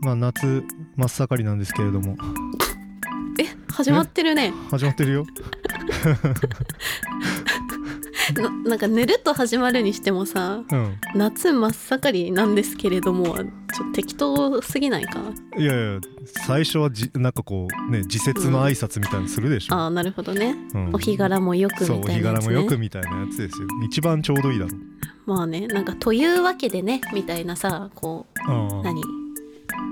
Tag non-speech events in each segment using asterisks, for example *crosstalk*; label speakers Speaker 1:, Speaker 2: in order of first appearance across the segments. Speaker 1: まあ、夏真っ盛りなんですけれども
Speaker 2: え始まってるね
Speaker 1: 始まってるよ
Speaker 2: ななんか「ぬるっと始まる」にしてもさ
Speaker 1: うん
Speaker 2: 「夏真っ盛りなんですけれども」ちょっと適当すぎないか
Speaker 1: いやいや最初はじなんかこうね自節の挨拶みたいにするでし
Speaker 2: あ
Speaker 1: ょ、
Speaker 2: あなるほどね
Speaker 1: うん
Speaker 2: お日柄もよく
Speaker 1: そう
Speaker 2: み
Speaker 1: お
Speaker 2: たい
Speaker 1: 日
Speaker 2: なや
Speaker 1: 柄
Speaker 2: つ、
Speaker 1: も
Speaker 2: ね、
Speaker 1: よくみたいなやつですよ一番ちょうどいいだろ
Speaker 2: まあねなんか「というわけでね」みたいなさこう
Speaker 1: う、うん、
Speaker 2: 何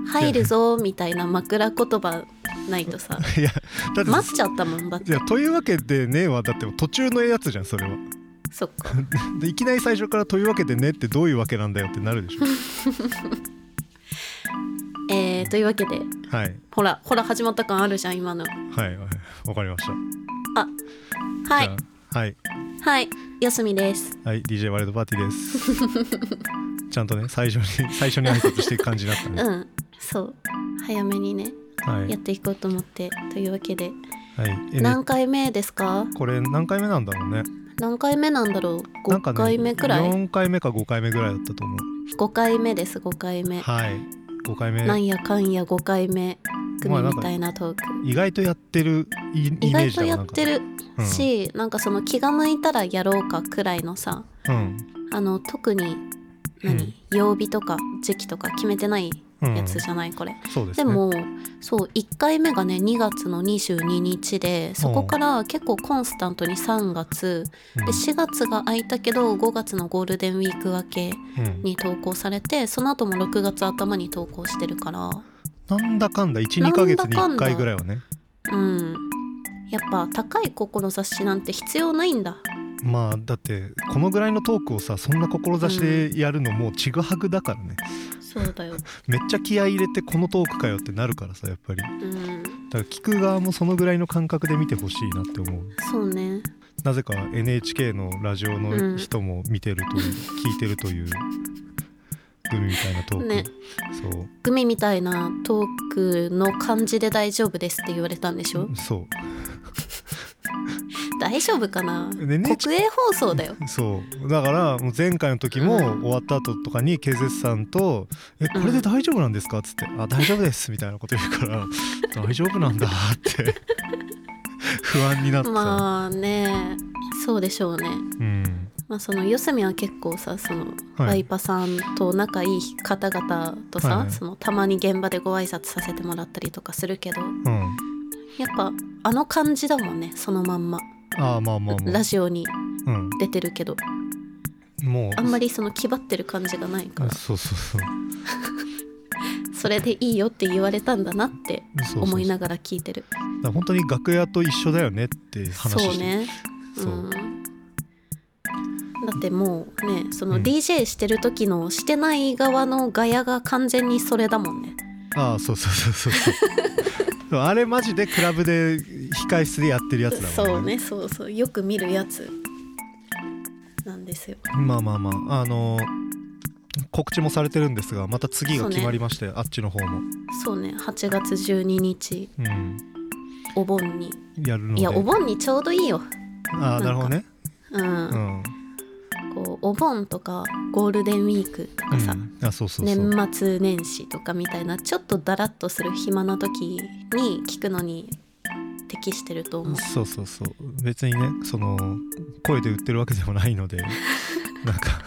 Speaker 2: 入るぞみたいな枕言葉ないと
Speaker 1: *laughs*
Speaker 2: さ
Speaker 1: いやだって
Speaker 2: 待っちゃったもんだっ
Speaker 1: い
Speaker 2: て
Speaker 1: やというわけでねはだって途中のやつじゃんそれは
Speaker 2: そっか
Speaker 1: でいきなり最初からというわけでねってどういうわけなんだよってなるでし
Speaker 2: *laughs*
Speaker 1: ょ
Speaker 2: えー、というわけで
Speaker 1: はい
Speaker 2: ほらほら始まった感あるじゃん今の
Speaker 1: はいはいわかりましたじ
Speaker 2: はい
Speaker 1: ゃあはい
Speaker 2: はい休みです
Speaker 1: はい DJ ワイルドパーティーです
Speaker 2: *laughs*
Speaker 1: ちゃんとね最初に最初に挨拶していく感じになった
Speaker 2: う
Speaker 1: ね、
Speaker 2: んそう早めにね
Speaker 1: はい
Speaker 2: やっていこうと思ってというわけで
Speaker 1: はいえね
Speaker 2: 何回目ですか
Speaker 1: これ何回目なんだろうね
Speaker 2: 何回目なんだろう
Speaker 1: なんか
Speaker 2: 5
Speaker 1: ね
Speaker 2: 回目くらい
Speaker 1: 4回目か5回目ぐらいだったと思う
Speaker 2: 5回目です5回目
Speaker 1: はい5回
Speaker 2: な
Speaker 1: 目
Speaker 2: んやかんや5回目
Speaker 1: ま
Speaker 2: 組
Speaker 1: あなん
Speaker 2: み
Speaker 1: か
Speaker 2: たいなトーク
Speaker 1: 意外とやってるイイメージだ
Speaker 2: 意外とや
Speaker 1: な
Speaker 2: っ
Speaker 1: んか
Speaker 2: てる
Speaker 1: うん
Speaker 2: し、なんかその気が向いたらやろうかくらいのさ
Speaker 1: うん
Speaker 2: あの特に何、
Speaker 1: うん
Speaker 2: 曜日とか時期とか決めてない
Speaker 1: うん
Speaker 2: やつじゃない、これ
Speaker 1: そうです
Speaker 2: で
Speaker 1: ね
Speaker 2: も、そう1回目がね2月の22日でそこから結構コンスタントに3月
Speaker 1: うん
Speaker 2: で4月が空いたけど5月のゴールデンウィーク明け
Speaker 1: うん
Speaker 2: に投稿されてその後も6月頭に投稿してるから
Speaker 1: なんだかんだ
Speaker 2: なん
Speaker 1: 12
Speaker 2: だ
Speaker 1: ヶ
Speaker 2: か
Speaker 1: 月
Speaker 2: んだ
Speaker 1: に1回ぐらいはね
Speaker 2: うんやっぱ高い志なんて必要ないんだ
Speaker 1: まあだってこのぐらいのトークをさそんな志でやるのもうちぐはぐだからね、
Speaker 2: そうだよ
Speaker 1: めっちゃ気合い入れてこのトークかよってなるからさやっぱりだか
Speaker 2: うん
Speaker 1: ら聞く側もそのぐらいの感覚で見てほしいなって思う
Speaker 2: そうね
Speaker 1: なぜか NHK のラジオの人も見てるという、聞いてるというグミみたいなトーク、
Speaker 2: ね
Speaker 1: そ
Speaker 2: グミみたいなトークの感じで大丈夫ですって言われたんでしょ
Speaker 1: うそ
Speaker 2: 大丈夫かな
Speaker 1: で NHK
Speaker 2: 国営放送だよ
Speaker 1: うそうだからもう前回の時も
Speaker 2: うん
Speaker 1: 終わった後とかにケゼスさんと「えこれで大丈夫なんですか?」っつって「あ大丈夫です」みたいなこと言う
Speaker 2: *laughs*
Speaker 1: から「大丈夫なんだ」って不安になってさ、
Speaker 2: まあねそうでしょうね
Speaker 1: うん
Speaker 2: まあその四隅は結構さその
Speaker 1: はい
Speaker 2: ワイパさんと仲いい方々とさ、
Speaker 1: はい
Speaker 2: そのたまに現場でご挨拶させてもらったりとかするけど
Speaker 1: うん
Speaker 2: やっぱあの感じだもんねそのまんま、
Speaker 1: ああまあまあま
Speaker 2: ラ
Speaker 1: あ、
Speaker 2: ジオに
Speaker 1: うん、
Speaker 2: 出てるけど
Speaker 1: もう
Speaker 2: あんまりその気張ってる感じがないから
Speaker 1: そうそうそう
Speaker 2: それでいいよって言われたんだなって
Speaker 1: そう
Speaker 2: 思いな
Speaker 1: が
Speaker 2: がら聞いてる
Speaker 1: ら本当に楽屋と一緒だよねって話して
Speaker 2: そうね
Speaker 1: そう
Speaker 2: うんだってもうねそうの
Speaker 1: ん
Speaker 2: DJ してる時のしてない側のガヤが完全にそれだもんね
Speaker 1: ああそうそうそうそうそう
Speaker 2: *laughs*
Speaker 1: でもあれマジでクラブで控室でやってるやつだ
Speaker 2: そ
Speaker 1: も
Speaker 2: うん
Speaker 1: ね
Speaker 2: ねそうそうよく見るやつなんですよ
Speaker 1: まあまあまああのー告知もされてるんですがまた次が決まりまして、あっちの方も、
Speaker 2: そうね8月12日
Speaker 1: うん、
Speaker 2: お盆に
Speaker 1: やるので
Speaker 2: いやお盆にちょうどいいよ
Speaker 1: ああなるほどね
Speaker 2: うん、
Speaker 1: うん、
Speaker 2: こうお盆とかゴールデンウィークとかさ、
Speaker 1: うんあそうそうそう、
Speaker 2: 年末年始とかみたいなちょっとだらっとする暇な時に聞くのに適してると思う
Speaker 1: そうそうそう別にねその声で売ってるわけでもない
Speaker 2: *laughs*
Speaker 1: のでなんか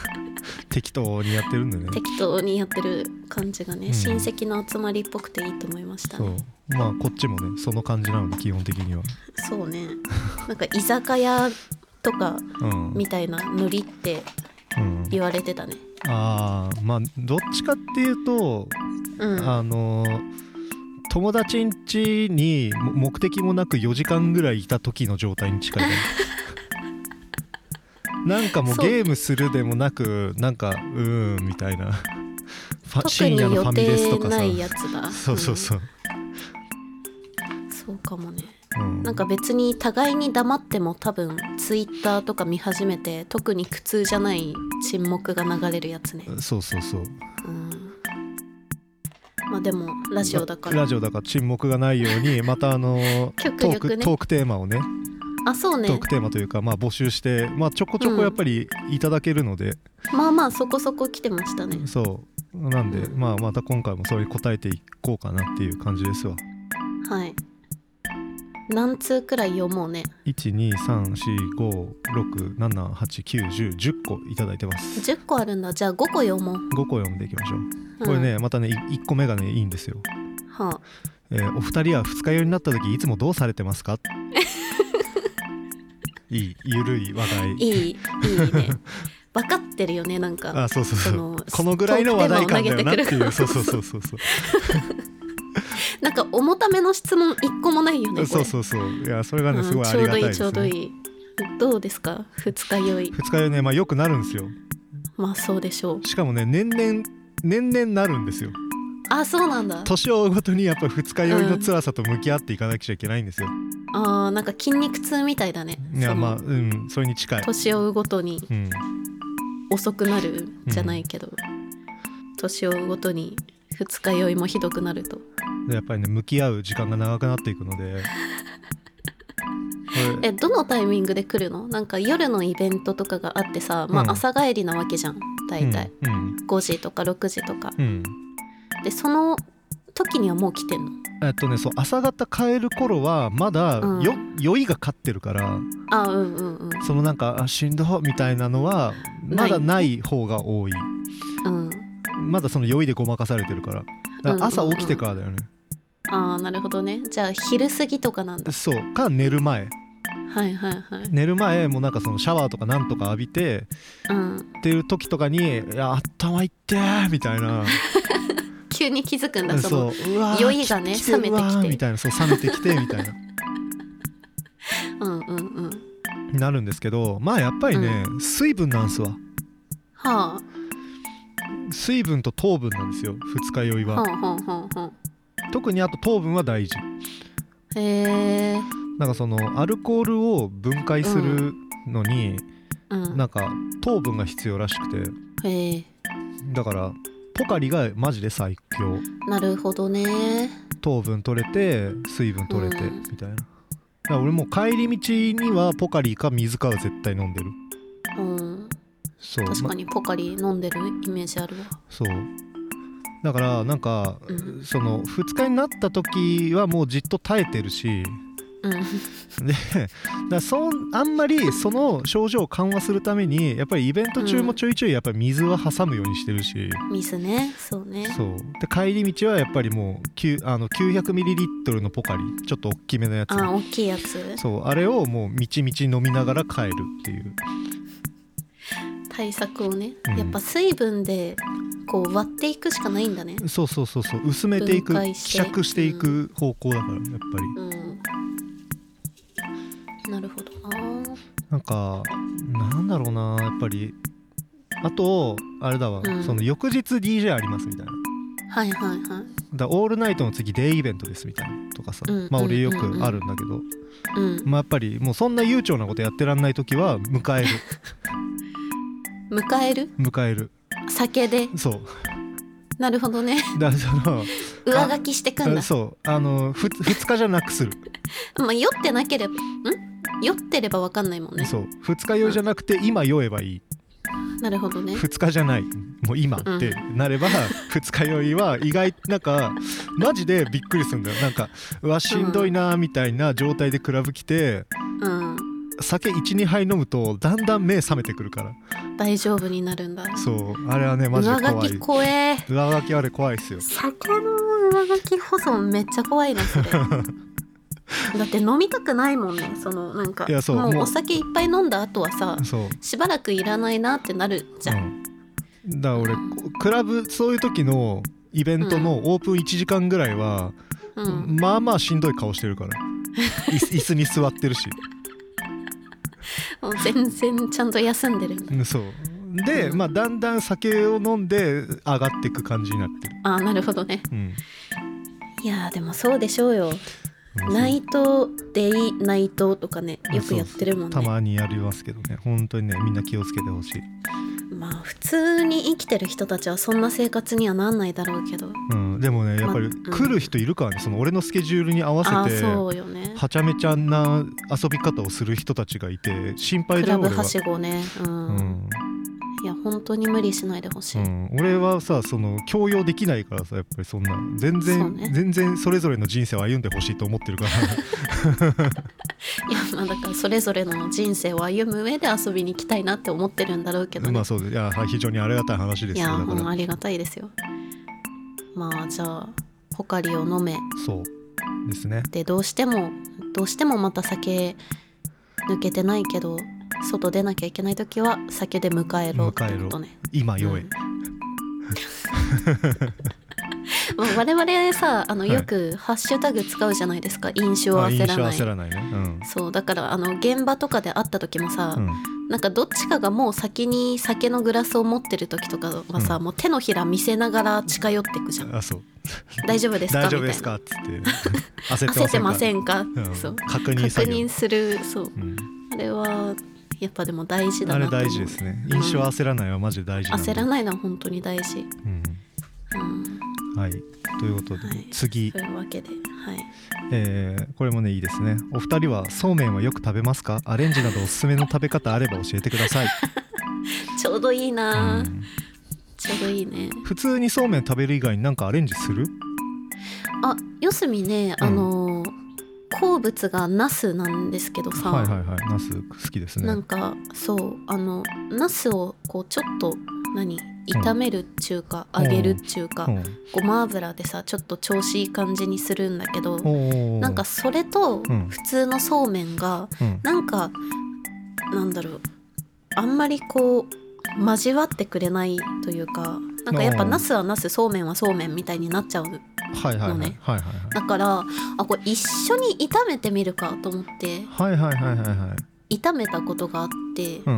Speaker 1: 適当にやってるんでね
Speaker 2: 適当にやってる感じがね、
Speaker 1: うん
Speaker 2: 親戚の集まりっぽくていいと思いました
Speaker 1: そ
Speaker 2: ね
Speaker 1: うまあこっちもねその感じなので基本的には
Speaker 2: そうねなんか居酒屋とか
Speaker 1: うん、
Speaker 2: みたいなノリって
Speaker 1: うん、
Speaker 2: 言われてたね
Speaker 1: ああまあどっちかっていうと、
Speaker 2: うん
Speaker 1: あの友達ん家にも目的もなく4時間ぐらいいた時の状態に近いか
Speaker 2: *laughs*
Speaker 1: ななんかもう
Speaker 2: そう
Speaker 1: ゲームするでもなくなんかうーんみたいなファ
Speaker 2: 特
Speaker 1: 深
Speaker 2: に
Speaker 1: 夜のフ
Speaker 2: 予
Speaker 1: ァミレスと
Speaker 2: 定
Speaker 1: か
Speaker 2: な
Speaker 1: さ
Speaker 2: いやつだ
Speaker 1: そうそうそう、
Speaker 2: うんそうかもね
Speaker 1: うん
Speaker 2: なんか別に互いに黙っても多分ツイッターとか見始めて特に苦痛じゃない沈黙が流れるやつね
Speaker 1: そうそうそう
Speaker 2: うんまあでもラジオだから
Speaker 1: ラジオだから沈黙がないようにまたあの
Speaker 2: *laughs* 極
Speaker 1: トー
Speaker 2: 力
Speaker 1: ク
Speaker 2: ね
Speaker 1: トークテーマをね
Speaker 2: あそう
Speaker 1: ト
Speaker 2: ね
Speaker 1: ークテーマというか、まあ、募集して、まあ、ちょこちょこやっぱりいただけるので、
Speaker 2: まあまあそこそこ来てましたね
Speaker 1: そうなんで、
Speaker 2: うん
Speaker 1: まあまた今回もそれに答えていこうかなっていう感じですわ
Speaker 2: はい何通くらい読もうね
Speaker 1: 12345678910個いただいてます
Speaker 2: 10個あるんだじゃあ5個読もう、
Speaker 1: 5個読んでいきましょう
Speaker 2: う
Speaker 1: こ
Speaker 2: ん
Speaker 1: れねまたね1個目がねいいんですよ、
Speaker 2: は
Speaker 1: えーお二人は二日酔いになった時いつもどうされてます
Speaker 2: *laughs*
Speaker 1: かいいゆるい話題
Speaker 2: あ、いいいいね
Speaker 1: *laughs*
Speaker 2: 分かってるよねなんか
Speaker 1: あそうそう
Speaker 2: そ
Speaker 1: そう
Speaker 2: の
Speaker 1: *laughs* このぐらいの話題感だよなって
Speaker 2: トークテー
Speaker 1: い
Speaker 2: マを
Speaker 1: う
Speaker 2: 投
Speaker 1: そう
Speaker 2: げてく
Speaker 1: そうそう
Speaker 2: る
Speaker 1: そうそう
Speaker 2: なんか重ための質問一個もないよねこ
Speaker 1: そ
Speaker 2: れ
Speaker 1: うそうそういやそれがねすごいありがたいです
Speaker 2: うんちょうどいい
Speaker 1: ね
Speaker 2: ちょうどいいどうですか二日酔い
Speaker 1: 二日酔いねまあよくなるんですよ
Speaker 2: まあそうでしょう
Speaker 1: しかもね年々年々なるんですよ
Speaker 2: あそうなんだ
Speaker 1: 年を追うごとにやっぱ二日酔いの辛さと向き合っていかなくちゃいけないんですよ、
Speaker 2: あーなんか筋肉痛みたいだね
Speaker 1: いや
Speaker 2: その
Speaker 1: まあうんそれに近い
Speaker 2: 年を追うごとに
Speaker 1: うん
Speaker 2: 遅くなるじゃないけど、年を追うごとに二日酔いもひどくなると
Speaker 1: でやっぱりね向き合う時間が長くなっていくのでこれ
Speaker 2: *laughs* えどのタイミングで来るのなんか夜のイベントとかがあってさ、ま
Speaker 1: うん
Speaker 2: あ、朝帰りなわけじゃん大体、
Speaker 1: うん
Speaker 2: 5時とか6時とか
Speaker 1: うん、うん
Speaker 2: でその時にはもう来てんの
Speaker 1: えっとねそう朝方帰る頃はまだ
Speaker 2: うん
Speaker 1: よ、酔いが勝ってるから
Speaker 2: あうんうんうん
Speaker 1: そのなんかあしんどみたいなのはまだない方が多い
Speaker 2: うん
Speaker 1: まだその酔いでごまかされてるからだから朝起きてからだよね、
Speaker 2: ああなるほどねじゃあ昼過ぎとかなんだ
Speaker 1: そうか寝る前
Speaker 2: はいはいはい
Speaker 1: 寝る前もなんかそのシャワーとかなんとか浴びて
Speaker 2: うん
Speaker 1: っていう時とかに「いや頭いってー」みたいな
Speaker 2: 急に気づくんだその
Speaker 1: そううわー
Speaker 2: 酔いがね
Speaker 1: きるわー
Speaker 2: 冷めてきて
Speaker 1: みたいなそう冷めてきてみたいな
Speaker 2: うんうんうんは
Speaker 1: なるんですけどまあやっぱりね、水分なんすわ
Speaker 2: あ
Speaker 1: 水分と糖分なんですよ二日酔い
Speaker 2: ほ
Speaker 1: は
Speaker 2: んほんほんほん
Speaker 1: 特にあと糖分は大事
Speaker 2: へえ
Speaker 1: なんかそのアルコールを分解するのに、
Speaker 2: うん
Speaker 1: なんか糖分が必要らしくて
Speaker 2: へえ
Speaker 1: だからポカリがマジで最強
Speaker 2: なるほどね
Speaker 1: 糖分取れて水分取れて
Speaker 2: うん
Speaker 1: みたいな、だから俺もう帰り道にはポカリか水かは絶対飲んでる
Speaker 2: うん
Speaker 1: そう
Speaker 2: 確
Speaker 1: ま
Speaker 2: かにポカリ飲んでるイメージあるわ
Speaker 1: そうだからなんか、
Speaker 2: うん
Speaker 1: その2日になった時はもうじっと耐えてるし
Speaker 2: うん
Speaker 1: でだからそんあんまりその症状を緩和するためにやっぱりイベント中もちょいちょいやっぱり水は挟むようにしてるし、
Speaker 2: 水ねそうね
Speaker 1: そうで帰り道はやっぱりもうきゅうあの 900ml のポカリちょっと大きめのやつ
Speaker 2: あ大きいやつ
Speaker 1: そうあれをもうみちみち飲みながら帰るっていう
Speaker 2: 対策をね、
Speaker 1: うん
Speaker 2: やっぱ水分でこう割っていくしかないんだね
Speaker 1: そうそうそうそう薄めていく
Speaker 2: 分解
Speaker 1: 希
Speaker 2: して
Speaker 1: 釈していく方向だからやっぱり
Speaker 2: うんなるほどな
Speaker 1: なんかなんだろうなやっぱりあとあれだわ、
Speaker 2: うん
Speaker 1: その翌日 DJ ありますみたいな
Speaker 2: はいはいはい
Speaker 1: だからオールナイトの次デイイベントですみたいなとかさ、
Speaker 2: うん
Speaker 1: まあ
Speaker 2: うん
Speaker 1: 俺よ
Speaker 2: うんうん
Speaker 1: くあるんだけど、
Speaker 2: うん
Speaker 1: まあやっぱりもうそんな悠長なことやってらんない時は迎える
Speaker 2: 迎える
Speaker 1: 迎える
Speaker 2: 酒で
Speaker 1: そう *laughs*
Speaker 2: なるほどね
Speaker 1: だからその
Speaker 2: 上書きしてくんだ
Speaker 1: そうあのふ2日じゃなくする
Speaker 2: まあ酔ってなければん酔ってればわかんないもんね
Speaker 1: そう二日酔いじゃなくて今酔えばいい
Speaker 2: なるほどね
Speaker 1: 二日じゃないもう今ってなれば二日酔いは意外なんかマジでびっくりするんだよなんかうわしんどいなーみたいな状態でクラブ来て
Speaker 2: うん
Speaker 1: 酒12杯飲むとだんだん目覚めてくるから
Speaker 2: 大丈夫になるんだ
Speaker 1: そうあれはねマジで
Speaker 2: 上書
Speaker 1: 怖
Speaker 2: き
Speaker 1: い
Speaker 2: 怖え
Speaker 1: 上書きあれ怖いっすよ
Speaker 2: 酒の上書き保存めっちゃ怖いな
Speaker 1: *laughs*
Speaker 2: それだって飲みたくないもんねそのなんか
Speaker 1: いやそう
Speaker 2: もう
Speaker 1: もう
Speaker 2: お酒いっぱい飲んだ後はさ
Speaker 1: そう
Speaker 2: しばらくいらないなってなるじゃん、
Speaker 1: うん、だから俺クラブそういう時のイベントのオープン1時間ぐらいは、
Speaker 2: うん
Speaker 1: まあまあしんどい顔してるから椅子椅子に座ってるし
Speaker 2: もう全然ちゃんと休んでるんだ
Speaker 1: うんそうで、
Speaker 2: うん
Speaker 1: まあ、だんだん酒を飲んで上がっていく感じになってる、
Speaker 2: ああなるほどね
Speaker 1: うん
Speaker 2: いやーでもそうでしょうよナイトデイナイトとかねよくやってるもん
Speaker 1: そうそうた
Speaker 2: ね
Speaker 1: まにやりますけどね本当にねみんな気をつけてほしい、
Speaker 2: まあ普通に生きてる人たちはそんな生活にはなんないだろうけど
Speaker 1: うん、でもねやっぱり
Speaker 2: まうん
Speaker 1: 来る人いるからねその俺のスケジュールに合わ
Speaker 2: ああ
Speaker 1: せて
Speaker 2: そうよね
Speaker 1: はちゃめちゃな遊び方をする人たちがいて心配
Speaker 2: ク
Speaker 1: だ
Speaker 2: ラ
Speaker 1: よ
Speaker 2: ブ
Speaker 1: 俺
Speaker 2: は
Speaker 1: は、
Speaker 2: しごねう、
Speaker 1: うんん、
Speaker 2: いや本当に無理しないでほし
Speaker 1: う
Speaker 2: い、
Speaker 1: ん、俺はさその強要できないからさやっぱりそんな全然
Speaker 2: そうね
Speaker 1: 全然それぞれの人生を歩んでほしいと思ってる
Speaker 2: *laughs*
Speaker 1: から
Speaker 2: いやまあだからそれぞれの人生を歩む上で遊びに行きたいなって思ってるんだろうけど
Speaker 1: *laughs*
Speaker 2: ね
Speaker 1: まあそうですいや非常にありがたい話で
Speaker 2: い
Speaker 1: すよ
Speaker 2: や
Speaker 1: だか
Speaker 2: ほんま
Speaker 1: ら
Speaker 2: ありがたいですよまあじゃあポカリを飲め
Speaker 1: そうですね
Speaker 2: でどうしてもどうしてもまた酒抜けてないけど外出なきゃいけない時は酒で迎えろってことね
Speaker 1: 今酔え、
Speaker 2: *laughs* もう我々さあの
Speaker 1: はい
Speaker 2: よくハッシュタグ使うじゃないですか、飲酒を
Speaker 1: あ
Speaker 2: 焦
Speaker 1: 印象
Speaker 2: らない
Speaker 1: 焦らないねうん
Speaker 2: そうだからあの現場とかで会った時もさ、
Speaker 1: うん、
Speaker 2: なんかどっちかがもう先に酒のグラスを持ってる時とかはさ、
Speaker 1: う
Speaker 2: もう手のひら見せながら近寄ってくじゃん
Speaker 1: あそう
Speaker 2: 大丈夫ですか
Speaker 1: 大丈夫です
Speaker 2: みたいな
Speaker 1: かっつって焦って
Speaker 2: 焦
Speaker 1: ま
Speaker 2: っ
Speaker 1: せ
Speaker 2: て
Speaker 1: んか
Speaker 2: ま
Speaker 1: う
Speaker 2: せんか、
Speaker 1: ん
Speaker 2: そう
Speaker 1: 確認
Speaker 2: 確
Speaker 1: 作業
Speaker 2: 認するそう
Speaker 1: うん
Speaker 2: あれはやっぱでも大事だ
Speaker 1: あ
Speaker 2: な
Speaker 1: れ
Speaker 2: と思う
Speaker 1: 大事ですね
Speaker 2: うん
Speaker 1: 印象焦らないはマジで大事なんで
Speaker 2: 焦らないのは本当に大事
Speaker 1: うん
Speaker 2: うん
Speaker 1: はいということで、
Speaker 2: はい
Speaker 1: 次
Speaker 2: というわけではい
Speaker 1: えーこれもねいいですねお二人はそうめんはよく食べますかアレンジなどおすすめの食べ方あれば教えてください、
Speaker 2: ちょうどいいうな、
Speaker 1: ん、
Speaker 2: ちょうどいいね
Speaker 1: 普通にそうめん食べる以外になんかアレンジする
Speaker 2: あ四隅ね
Speaker 1: うん
Speaker 2: あのー好物がナスなんですけどさ、
Speaker 1: はいはいはいナス好きですね
Speaker 2: なんかそうあのナスをこうちょっと何炒めるっちゅうか、
Speaker 1: うん
Speaker 2: 揚げるっちゅうか、
Speaker 1: うん
Speaker 2: ごま油でさちょっと調子いい感じにするんだけど
Speaker 1: おー
Speaker 2: なんかそれと
Speaker 1: うん
Speaker 2: 普通のそうめんが
Speaker 1: うん
Speaker 2: なんかなんだろうあんまりこう交わってくれないというかなんかやっぱ
Speaker 1: うん
Speaker 2: ナスはナスそうめんはそうめんみたいになっちゃう
Speaker 1: はいはいはい
Speaker 2: の
Speaker 1: はい
Speaker 2: ね
Speaker 1: はい
Speaker 2: だからあこれ一緒に炒めてみるかと思って
Speaker 1: はいはいはいはいはいはい
Speaker 2: 炒めたことがあって、
Speaker 1: うん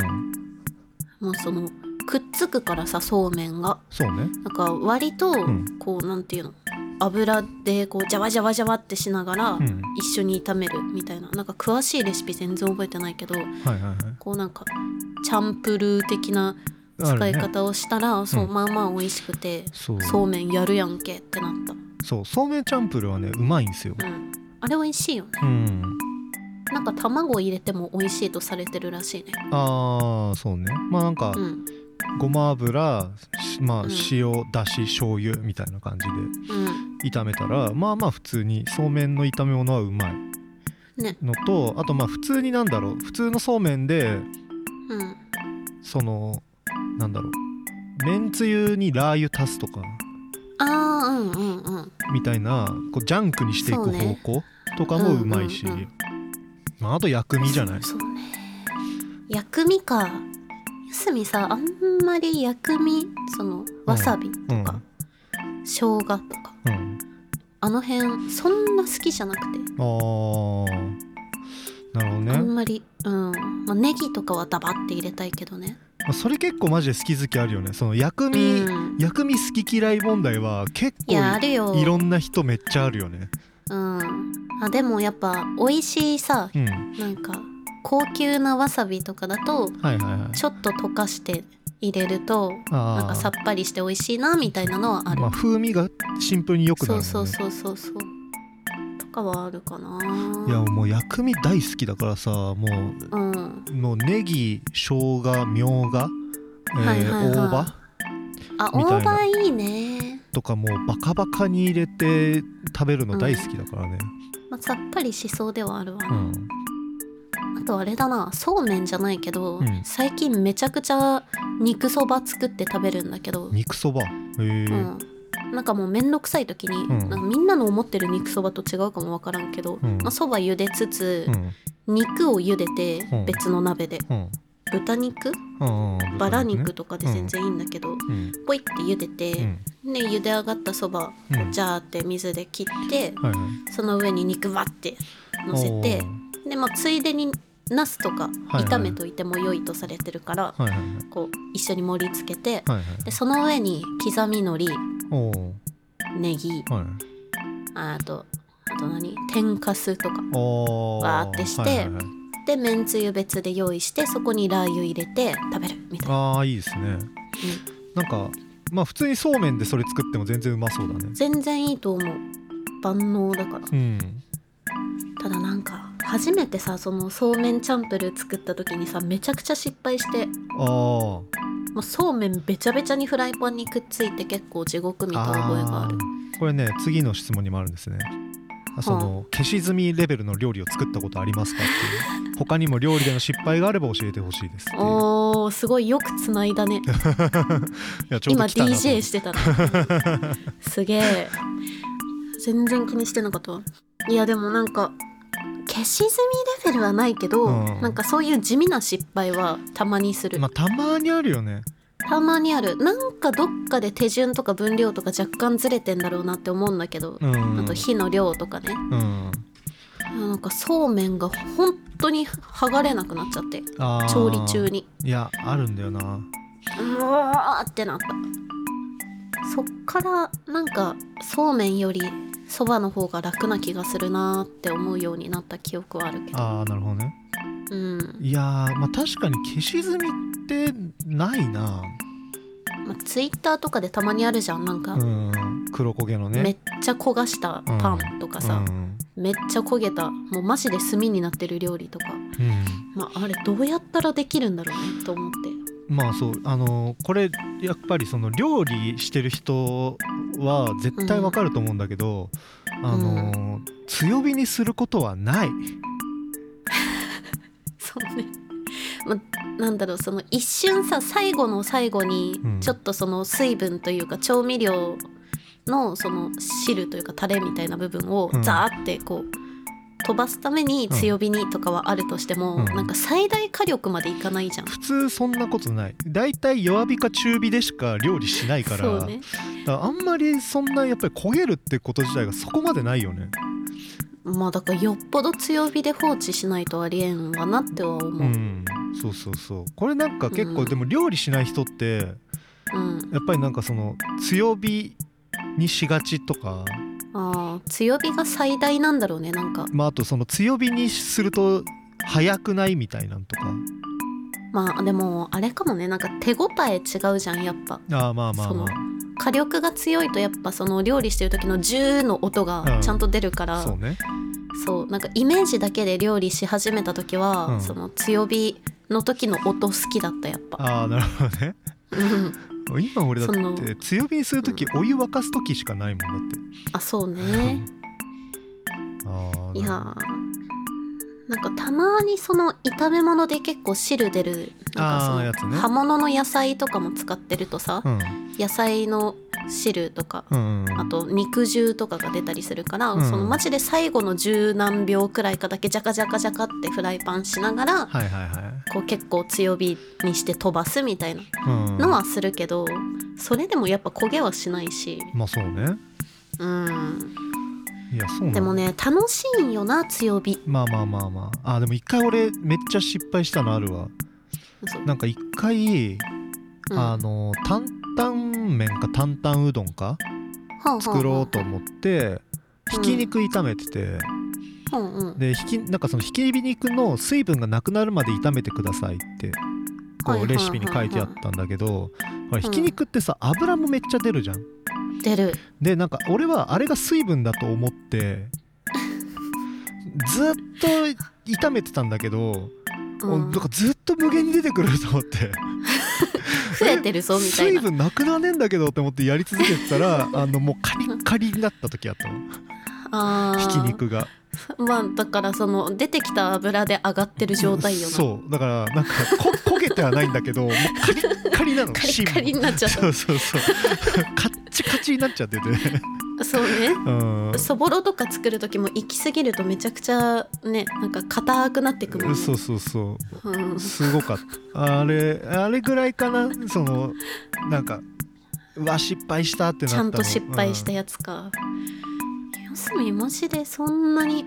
Speaker 2: もうそのくっつくからさそうめんが
Speaker 1: そうね
Speaker 2: なんか割と
Speaker 1: ん
Speaker 2: こう、なんていうの油でこうジャワジャワジャワってしながら
Speaker 1: うん
Speaker 2: 一緒に炒めるみたいななんか詳しいレシピ全然覚えてないけど
Speaker 1: はいはいはい
Speaker 2: こうなんかチャンプルー的な
Speaker 1: ある
Speaker 2: 使
Speaker 1: ね
Speaker 2: い方をしたら、そう、
Speaker 1: うん
Speaker 2: まあまあ美味しくて
Speaker 1: そうそ
Speaker 2: そううめんやるやんけってなっ
Speaker 1: そうめんチャンプルーはねうまいんですよ
Speaker 2: た、うん、あれ美味しいよね
Speaker 1: うん
Speaker 2: なんか卵を入れても美味しいとされてるらしいね
Speaker 1: あーそうねまあなんか、
Speaker 2: うん
Speaker 1: ごま油しまあ
Speaker 2: うん
Speaker 1: 塩だし醤油みたいな感じで
Speaker 2: うん
Speaker 1: 炒めたらまあまあ普通にそうめんの炒め物はうまい
Speaker 2: ね
Speaker 1: のとあとまあ普通になんだろう普通のそうめんで
Speaker 2: うん
Speaker 1: そのなんだろうめんつゆにラー油足すとか
Speaker 2: ああうんうんうん
Speaker 1: みたいなこうジャンクにしてい
Speaker 2: そう
Speaker 1: く方
Speaker 2: ね
Speaker 1: 向とかもうまいし、
Speaker 2: うんうんうん
Speaker 1: まあ、あと薬味じゃない
Speaker 2: そうそうね薬味かすみさあんまり薬味そのわさびと
Speaker 1: うん
Speaker 2: か、生姜とか
Speaker 1: うん
Speaker 2: あの辺そんな好きじゃなくて、
Speaker 1: あーなるほどね
Speaker 2: あんまりうん、まあ、ネギとかはダバって入れたいけどね
Speaker 1: まあそれ結構マジで好き好きあるよねその薬
Speaker 2: う
Speaker 1: 味、
Speaker 2: ん
Speaker 1: 薬味好き嫌い問題は結
Speaker 2: いやあ
Speaker 1: 構
Speaker 2: るよ
Speaker 1: いろんな人めっちゃあるよね
Speaker 2: うんあでもやっぱ美味しいさ
Speaker 1: うん
Speaker 2: なんか高級なわさびとかだと
Speaker 1: はいはいはい
Speaker 2: ちょっと溶かして入れると
Speaker 1: あー
Speaker 2: なんかさっぱりして美味しいなみたいなのはある
Speaker 1: まあ、風味がシンプルに良くなる
Speaker 2: そ
Speaker 1: もん
Speaker 2: う
Speaker 1: ね
Speaker 2: そうそうそうそうとかはあるかない
Speaker 1: やもう薬味大好きだからさも
Speaker 2: うん
Speaker 1: うもうネギ生姜みょうが、えー
Speaker 2: はいはいはい
Speaker 1: 大葉
Speaker 2: あ
Speaker 1: みた
Speaker 2: 大
Speaker 1: いな
Speaker 2: 葉いいね、
Speaker 1: とかもうバカバカに入れて食べるの大好きだからね、
Speaker 2: まあ、さっぱりしそうではあるわ
Speaker 1: う
Speaker 2: な、
Speaker 1: ん
Speaker 2: あとあれだなそうめんじゃないけど、
Speaker 1: うん
Speaker 2: 最近めちゃくちゃ肉そば作って食べるんだけど、
Speaker 1: 肉そばへえ、
Speaker 2: うん、なんかもうめんどくさい時に、
Speaker 1: ん
Speaker 2: なんかみんなの思ってる肉そばと違うかもわからんけど、
Speaker 1: うん
Speaker 2: まあ、そば茹でつつ
Speaker 1: う、ん
Speaker 2: 肉を茹でて
Speaker 1: うん
Speaker 2: 別の鍋で、
Speaker 1: うん
Speaker 2: 豚肉
Speaker 1: うんうん
Speaker 2: バラ肉
Speaker 1: 豚
Speaker 2: とかで全然いいんだけど、
Speaker 1: ね
Speaker 2: ポイって茹でて、
Speaker 1: うん
Speaker 2: で茹で上がったそば
Speaker 1: うん
Speaker 2: をジャーって水で切って、
Speaker 1: うんはいはい
Speaker 2: その上に肉バッて乗せてで、まあ、ついでにナスとか
Speaker 1: はい
Speaker 2: 炒めといても良いとされてるから、
Speaker 1: おーはいはいはい
Speaker 2: こう一緒に盛り付けて、
Speaker 1: はいはい
Speaker 2: でその上に刻み海苔
Speaker 1: おー
Speaker 2: ネギ
Speaker 1: はい
Speaker 2: ああとあと何天かすとか
Speaker 1: お
Speaker 2: わーってして
Speaker 1: はいはいはい
Speaker 2: でめんつゆ別で用意してそこにラー油入れて食べるみたいな
Speaker 1: あーいいですねなんかまあ普通にそうめんでそれ作っても全然うまそうだね
Speaker 2: 全然いいと思う万能だから
Speaker 1: うん
Speaker 2: ただなんか初めてさそのそうめんチャンプルー作った時にさめちゃくちゃ失敗して
Speaker 1: ああ
Speaker 2: もうそうめんべちゃべちゃにフライパンにくっついて結構地獄見た覚えがある
Speaker 1: ーこれね次の質問にもあるんですねあその消し済みレベルの料理を作ったことありますかっていう他にも料理での失敗があれば教えてほしいですっていうい
Speaker 2: おーすごいよくつないだね
Speaker 1: やちょう
Speaker 2: 今
Speaker 1: ど来たなと思って
Speaker 2: DJ してたの
Speaker 1: *laughs*
Speaker 2: すげえ全然気にしてなかったいやでもなんか消し済みレベルはないけど、
Speaker 1: うん
Speaker 2: なんかそういう地味な失敗はたまにする、
Speaker 1: まあたまにあるよね
Speaker 2: たまにあるなんかどっかで手順とか分量とか若干ずれてんだろうなって思うんだけど、
Speaker 1: うん
Speaker 2: あと火の量とかね
Speaker 1: うん
Speaker 2: なんかそうめんが本当に剥がれなくなっちゃって
Speaker 1: あー
Speaker 2: 調理中に
Speaker 1: いやあるんだよな
Speaker 2: うわーってなったそっからなんかそうめんよりそばの方が楽な気がするなーって思うようになった記憶はあるけど
Speaker 1: あーなるほどね
Speaker 2: うん、
Speaker 1: いやーまあ確かに消し済みってないな
Speaker 2: まあ、ツイッターとかでたまにあるじゃんなんか、
Speaker 1: うん黒焦げのね
Speaker 2: めっちゃ焦がしたパンとかさ、
Speaker 1: うん
Speaker 2: めっちゃ焦げたもうマジで炭になってる料理とか、
Speaker 1: うん
Speaker 2: まあ、あれどうやったらできるんだろうねと思って
Speaker 1: まあそうあのこれやっぱりその料理してる人は絶対わかると思うんだけど、あの強火にすることはない、
Speaker 2: そうね、ま、なんだろうその一瞬さ最後の最後に
Speaker 1: うん
Speaker 2: ちょっとその水分というか調味料のその汁というかタレみたいな部分を
Speaker 1: うん
Speaker 2: ザーってこう飛ばすために強火にとかはあるとしても、
Speaker 1: うん
Speaker 2: なんか最大火力までいかないじゃん。
Speaker 1: 普通そんなことないだいたい弱火か中火でしか料理しないから
Speaker 2: そうね
Speaker 1: だからあんまりそんなやっぱり焦げるってこと自体がそこまでないよね
Speaker 2: まあだからよっぽど強火で放置しないとありえんわなっては思
Speaker 1: う
Speaker 2: う。
Speaker 1: ん、そうそうそうこれなんか結構、
Speaker 2: うん
Speaker 1: でも料理しない人って
Speaker 2: うん、
Speaker 1: やっぱりなんかその強火にしがちとか
Speaker 2: ああ強火が最大なんだろうねなんか
Speaker 1: まあ、あとその強火にすると早くないみたいなんとか
Speaker 2: まあでもあれかもねなんか手応え違うじゃんやっぱ。
Speaker 1: ああまあまあま
Speaker 2: その
Speaker 1: あ
Speaker 2: 火力が強いとやっぱその料理してる時のジューの音
Speaker 1: う
Speaker 2: が
Speaker 1: ん
Speaker 2: ちゃんと出るから、
Speaker 1: そうね
Speaker 2: そうなんかイメージだけで料理し始めた時は、
Speaker 1: うん
Speaker 2: その強火の時の音好きだったやっぱ
Speaker 1: ああなるほどね
Speaker 2: うん
Speaker 1: 今俺だ
Speaker 2: その
Speaker 1: って強火にする時お湯沸かす時しかないもんだ
Speaker 2: あそう
Speaker 1: って、
Speaker 2: ね
Speaker 1: *laughs* ああ
Speaker 2: いや
Speaker 1: なるほど
Speaker 2: ーなんかたまにその炒め物で結構汁出るなん
Speaker 1: あーや
Speaker 2: か
Speaker 1: つ
Speaker 2: その
Speaker 1: ね
Speaker 2: 葉物の野菜とかも使ってるとさ、
Speaker 1: うん
Speaker 2: 野菜の汁とか
Speaker 1: うんうん
Speaker 2: あと肉汁とかが出たりするから、
Speaker 1: うん
Speaker 2: そのマジで最後の十何秒くらいかだけジャカジャカジャカってフライパンしながら
Speaker 1: はいはいはい
Speaker 2: こう結構強火にして飛ばすみたいな
Speaker 1: うん
Speaker 2: のはするけど、それでもやっぱ焦げはしないし、
Speaker 1: まあそうね
Speaker 2: うん、
Speaker 1: いやそうなんだ
Speaker 2: でもね楽しいんよな強火
Speaker 1: まあまあまあまああーでも一回俺めっちゃ失敗したのあるわ
Speaker 2: そう
Speaker 1: なんか一回、
Speaker 2: うん
Speaker 1: あの担々麺か担々うどんか
Speaker 2: ほんほんほん
Speaker 1: 作ろうと思ってひき肉炒めてて、
Speaker 2: ほんうん
Speaker 1: でひきなんかそのひき肉の水分がなくなるまで炒めてくださいってこ
Speaker 2: はいうはいはいはい
Speaker 1: レシピに書いてあったんだけどほらひき肉ってさ油もめっちゃ出るじゃん。
Speaker 2: 出る
Speaker 1: でなんか俺はあれが水分だと思ってずっと炒めてたんだけど、
Speaker 2: う
Speaker 1: なん
Speaker 2: ん、
Speaker 1: かずっと無限に出てくると思って
Speaker 2: 増えてるぞみた
Speaker 1: *laughs*
Speaker 2: い
Speaker 1: 水
Speaker 2: な
Speaker 1: 分なくなねえんだけどって思ってやり続けてたらあのもうカリッカリになった時あったの
Speaker 2: あー
Speaker 1: ひき肉が。
Speaker 2: まあだからその出てきた油で上がってる状態よな
Speaker 1: そうだからなんかこ *laughs* 焦げてはないんだけどもうカリッカリなの
Speaker 2: カリカリになっちゃっ
Speaker 1: そうそうそうカッチカチになっちゃってて
Speaker 2: たそうね
Speaker 1: うん
Speaker 2: そぼろとか作る時も行き過ぎるとめちゃくちゃねなんか硬くなってくもんね
Speaker 1: そうそうそ
Speaker 2: うん
Speaker 1: うすごかったあれあれぐらいかなそのなんかうわ失敗したってなっ
Speaker 2: ち
Speaker 1: た
Speaker 2: ゃ
Speaker 1: の
Speaker 2: んと失敗したやつか、四隅マジでそんなに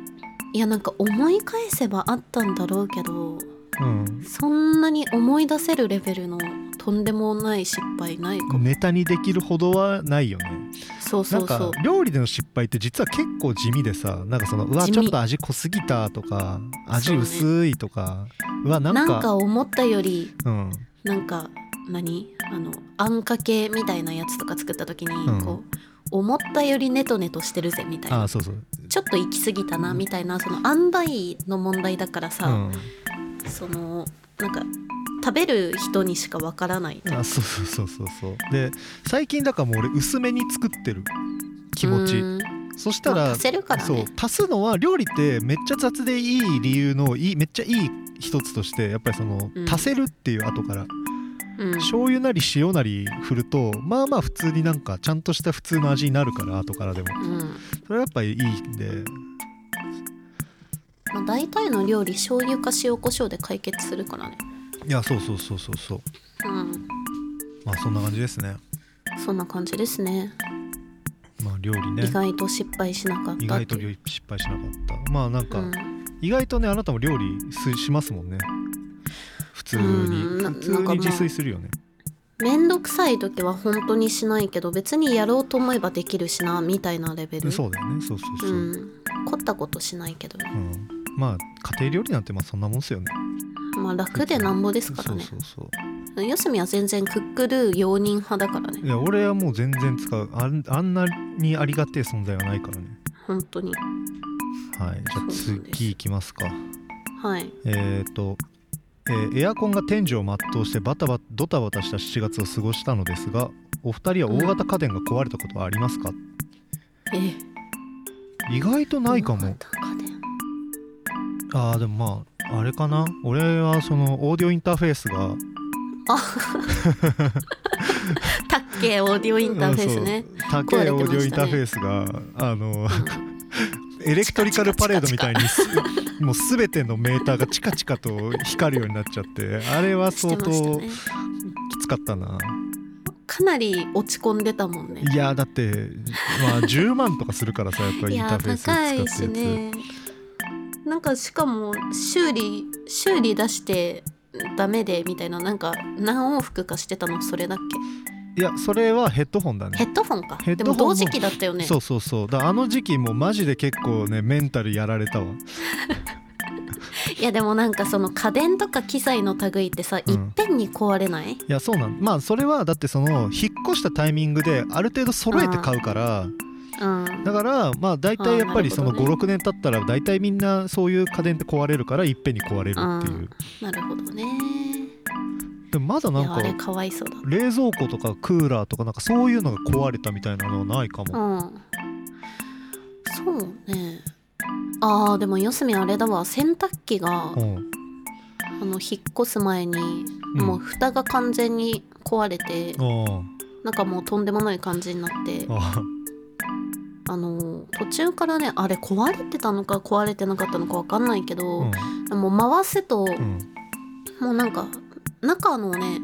Speaker 2: いやなんか思い返せばあったんだろうけど
Speaker 1: うん、
Speaker 2: そんなに思い出せるレベルのとんでもない失敗ないか
Speaker 1: う
Speaker 2: も、
Speaker 1: んネタにできるほどはないよね
Speaker 2: そうそう
Speaker 1: な
Speaker 2: そうん
Speaker 1: か料理での失敗って実は結構地味でさなんかそのうわ
Speaker 2: 地味
Speaker 1: ちょっと味濃すぎたとか味薄いとかう,、わな
Speaker 2: なん
Speaker 1: んか
Speaker 2: か思ったより
Speaker 1: うん、
Speaker 2: なんか何あのあんかけみたいなやつとか作った時に、
Speaker 1: うん
Speaker 2: こう思ったよりネトネトしてるぜみたいな
Speaker 1: あそうそう
Speaker 2: ちょっと行き過ぎたなみたいなその塩梅の問題だから
Speaker 1: う
Speaker 2: さ、
Speaker 1: ん
Speaker 2: そのなんか食べる人にしかわからない
Speaker 1: あそうそうそうそうそうで最近だからもう俺薄めに作ってる気持
Speaker 2: う
Speaker 1: ち
Speaker 2: ーん
Speaker 1: そした
Speaker 2: まあ
Speaker 1: ら
Speaker 2: 足せるから
Speaker 1: そう
Speaker 2: ね
Speaker 1: 足すのは料理ってめっちゃ雑でいい理由のいいめっちゃいい一つとしてやっぱりその
Speaker 2: うん
Speaker 1: 足せるっていう後から、
Speaker 2: うん
Speaker 1: 醤油なり塩なり振るとまあまあ普通になんかちゃんとした普通の味になるから後からでも
Speaker 2: うん
Speaker 1: それはやっぱりいいんで
Speaker 2: まあ、大体の料理醤油か塩コショウで解決するからね
Speaker 1: いやそうそうそうそうそう
Speaker 2: うん
Speaker 1: まあそんな感じですね
Speaker 2: そんな感じですね
Speaker 1: まあ料理ね
Speaker 2: 意外と失敗しなかった
Speaker 1: 意外と料理失敗しなかったまあなんか、
Speaker 2: うん
Speaker 1: 意外とねあなたも料理すしますもんね普通に
Speaker 2: うんな
Speaker 1: 普通
Speaker 2: なんか
Speaker 1: に
Speaker 2: まあ
Speaker 1: 自炊するよね
Speaker 2: めんどくさい時は本当にしないけど別にやろうと思えばできるしなみたいなレベル
Speaker 1: そうだよねそうそうそう、うん
Speaker 2: ん、凝ったことしないけどね
Speaker 1: まあ家庭料理なんてまあそんなもんっすよね
Speaker 2: まあ楽でなんぼですからね
Speaker 1: そうそうそ
Speaker 2: よすみは全然クックルー容認派だから
Speaker 1: うい
Speaker 2: ね
Speaker 1: や俺はもう全然使うあんあんなにありがてえ存在はないからね
Speaker 2: 本当に
Speaker 1: はいじゃあ
Speaker 2: そうなんです
Speaker 1: 次いきますか
Speaker 2: はい
Speaker 1: えっ、と、えーエアコンが天井を全うしてバタバドタバタした7月を過ごしたのですがお二人は大型家電が壊れたことはありますか、
Speaker 2: ええ
Speaker 1: 意外とないかも
Speaker 2: 高値
Speaker 1: あーでもまああれかな俺はそのオーディオインターフェースが *laughs*
Speaker 2: たっけオーディオインターフェースね
Speaker 1: うんそう高いオーディオインターフェースが、あの
Speaker 2: *laughs*
Speaker 1: エレクトリカルパレードみたいにすもう全てのメーターがチカチカと光るようになっちゃってあれは
Speaker 2: して
Speaker 1: 相
Speaker 2: ま
Speaker 1: 当
Speaker 2: した
Speaker 1: き
Speaker 2: ね
Speaker 1: つかったな
Speaker 2: かなり落ち込んでたもんね
Speaker 1: いやだってまあ10万とかするからさやっぱり
Speaker 2: い
Speaker 1: インタ
Speaker 2: や
Speaker 1: ーフェース
Speaker 2: 高い
Speaker 1: 使
Speaker 2: し
Speaker 1: って
Speaker 2: ねなんかしかも修理修理出してダメでみたいななんか何往復かしてたのそれだっ
Speaker 1: いやそれはヘッドホンだ
Speaker 2: け
Speaker 1: ね
Speaker 2: ヘッドフォンか
Speaker 1: ヘッ
Speaker 2: で
Speaker 1: ドホ
Speaker 2: も
Speaker 1: ンも
Speaker 2: 同時期だったよね
Speaker 1: そうそうそうだからあの時期もマジで結構ねメンタルやられたわ
Speaker 2: いやでもなんかその家電とか機材の類ってさ、
Speaker 1: うん
Speaker 2: いっぺんに壊れない
Speaker 1: いやそうなんまあそれはだってその引っ越したタイミングである程度揃えて買うから
Speaker 2: うん
Speaker 1: だからまあ大体やっぱり
Speaker 2: あー
Speaker 1: そ
Speaker 2: なる
Speaker 1: の
Speaker 2: ほどね
Speaker 1: 56年経ったら大体みんなそういう家電って壊れるからいっぺんに壊れるっていう
Speaker 2: なるほどね
Speaker 1: でもまだ
Speaker 2: い
Speaker 1: な
Speaker 2: やあれ
Speaker 1: んか
Speaker 2: かわいそうだ
Speaker 1: 冷蔵庫とかクーラーとかなんかそういうのが壊れたみたいなのはないかも
Speaker 2: うんそうねあーでも四隅あれだわ洗濯機が、
Speaker 1: うん
Speaker 2: あの引っ越す前に、
Speaker 1: うん
Speaker 2: もう蓋が完全に壊れて
Speaker 1: あー
Speaker 2: なんかもうとんでもない感じになって
Speaker 1: あ
Speaker 2: あの途中からねあれ壊れてたのか壊れてなかったのかわかんないけ
Speaker 1: ーう
Speaker 2: ど
Speaker 1: ん、
Speaker 2: もう回すと、
Speaker 1: うん
Speaker 2: もうなんか中のね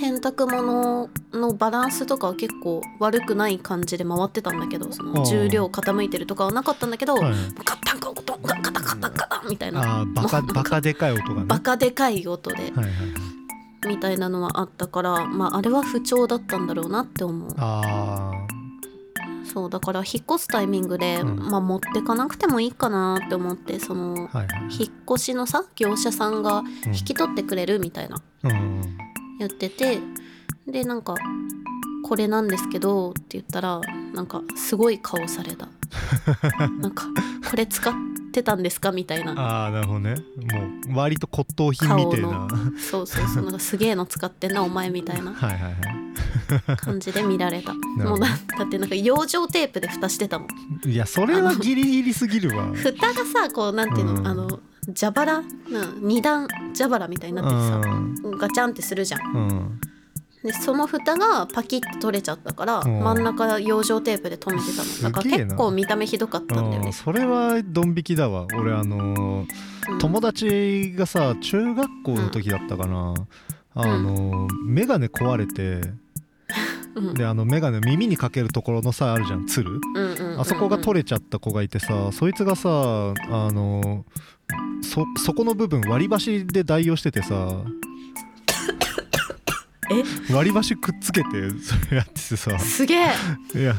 Speaker 2: 洗濯物のバランスとかは結構悪くない感じで回ってたんだけどそ
Speaker 1: あ
Speaker 2: の
Speaker 1: ー
Speaker 2: 重量傾いてるとかはなかったんだけど、
Speaker 1: はい
Speaker 2: ガッタンゴトンガッガタガタガタンみたいな
Speaker 1: あーバカバカでかい音がね
Speaker 2: バカでかい音で
Speaker 1: はいはいはい
Speaker 2: みたいなのはあったから、まあ、あれは不調だったんだろうなって思う
Speaker 1: あ
Speaker 2: そうだから引っ越すタイミングで、
Speaker 1: うん
Speaker 2: まあ、持ってかなくてもいいかなって思ってその
Speaker 1: ーはいはいはい
Speaker 2: 引っ越しのさ業者さんが
Speaker 1: うん
Speaker 2: 引き取ってくれるみたいな
Speaker 1: うん
Speaker 2: 言っててでなんか「これなんですけど」って言ったらなんかすごい顔
Speaker 1: *laughs*
Speaker 2: されたなんか「これ使ってたんですか?」みたいな
Speaker 1: ああなるほどねもう割と骨董品みたいな
Speaker 2: 顔そうそ
Speaker 1: *laughs*
Speaker 2: うそうなんかすげえの使ってんなお前みたいな
Speaker 1: はいはいはい
Speaker 2: 感じで見られた
Speaker 1: なるほ
Speaker 2: も
Speaker 1: ど
Speaker 2: うだだってなんか養生テープで蓋してたもん
Speaker 1: いやそれはギリギリすぎるわ。
Speaker 2: 蓋がさこうなんていう
Speaker 1: う
Speaker 2: の、
Speaker 1: ん
Speaker 2: あの蛇腹な二段蛇腹みたいになって
Speaker 1: うん
Speaker 2: てさガチャンってするじゃん
Speaker 1: うん
Speaker 2: でその蓋がパキッて取れちゃったから
Speaker 1: うん
Speaker 2: 真ん中養生テープで留めてたのだか
Speaker 1: すげえな
Speaker 2: ら結構見た目ひどかったんだよ
Speaker 1: う
Speaker 2: ね
Speaker 1: ん、、それはドン引きだわ俺あのー
Speaker 2: うん
Speaker 1: 友達がさ中学校の時だったかな、あのー眼鏡壊れて
Speaker 2: うん
Speaker 1: であの眼鏡耳にかけるところのさあるじゃんつる
Speaker 2: うんうんうん
Speaker 1: あそこが取れちゃった子がいてさそいつがさあのーそそこの部分割り箸で代用しててさ割り箸くっつけてそれやっててさ
Speaker 2: えすげえ
Speaker 1: いや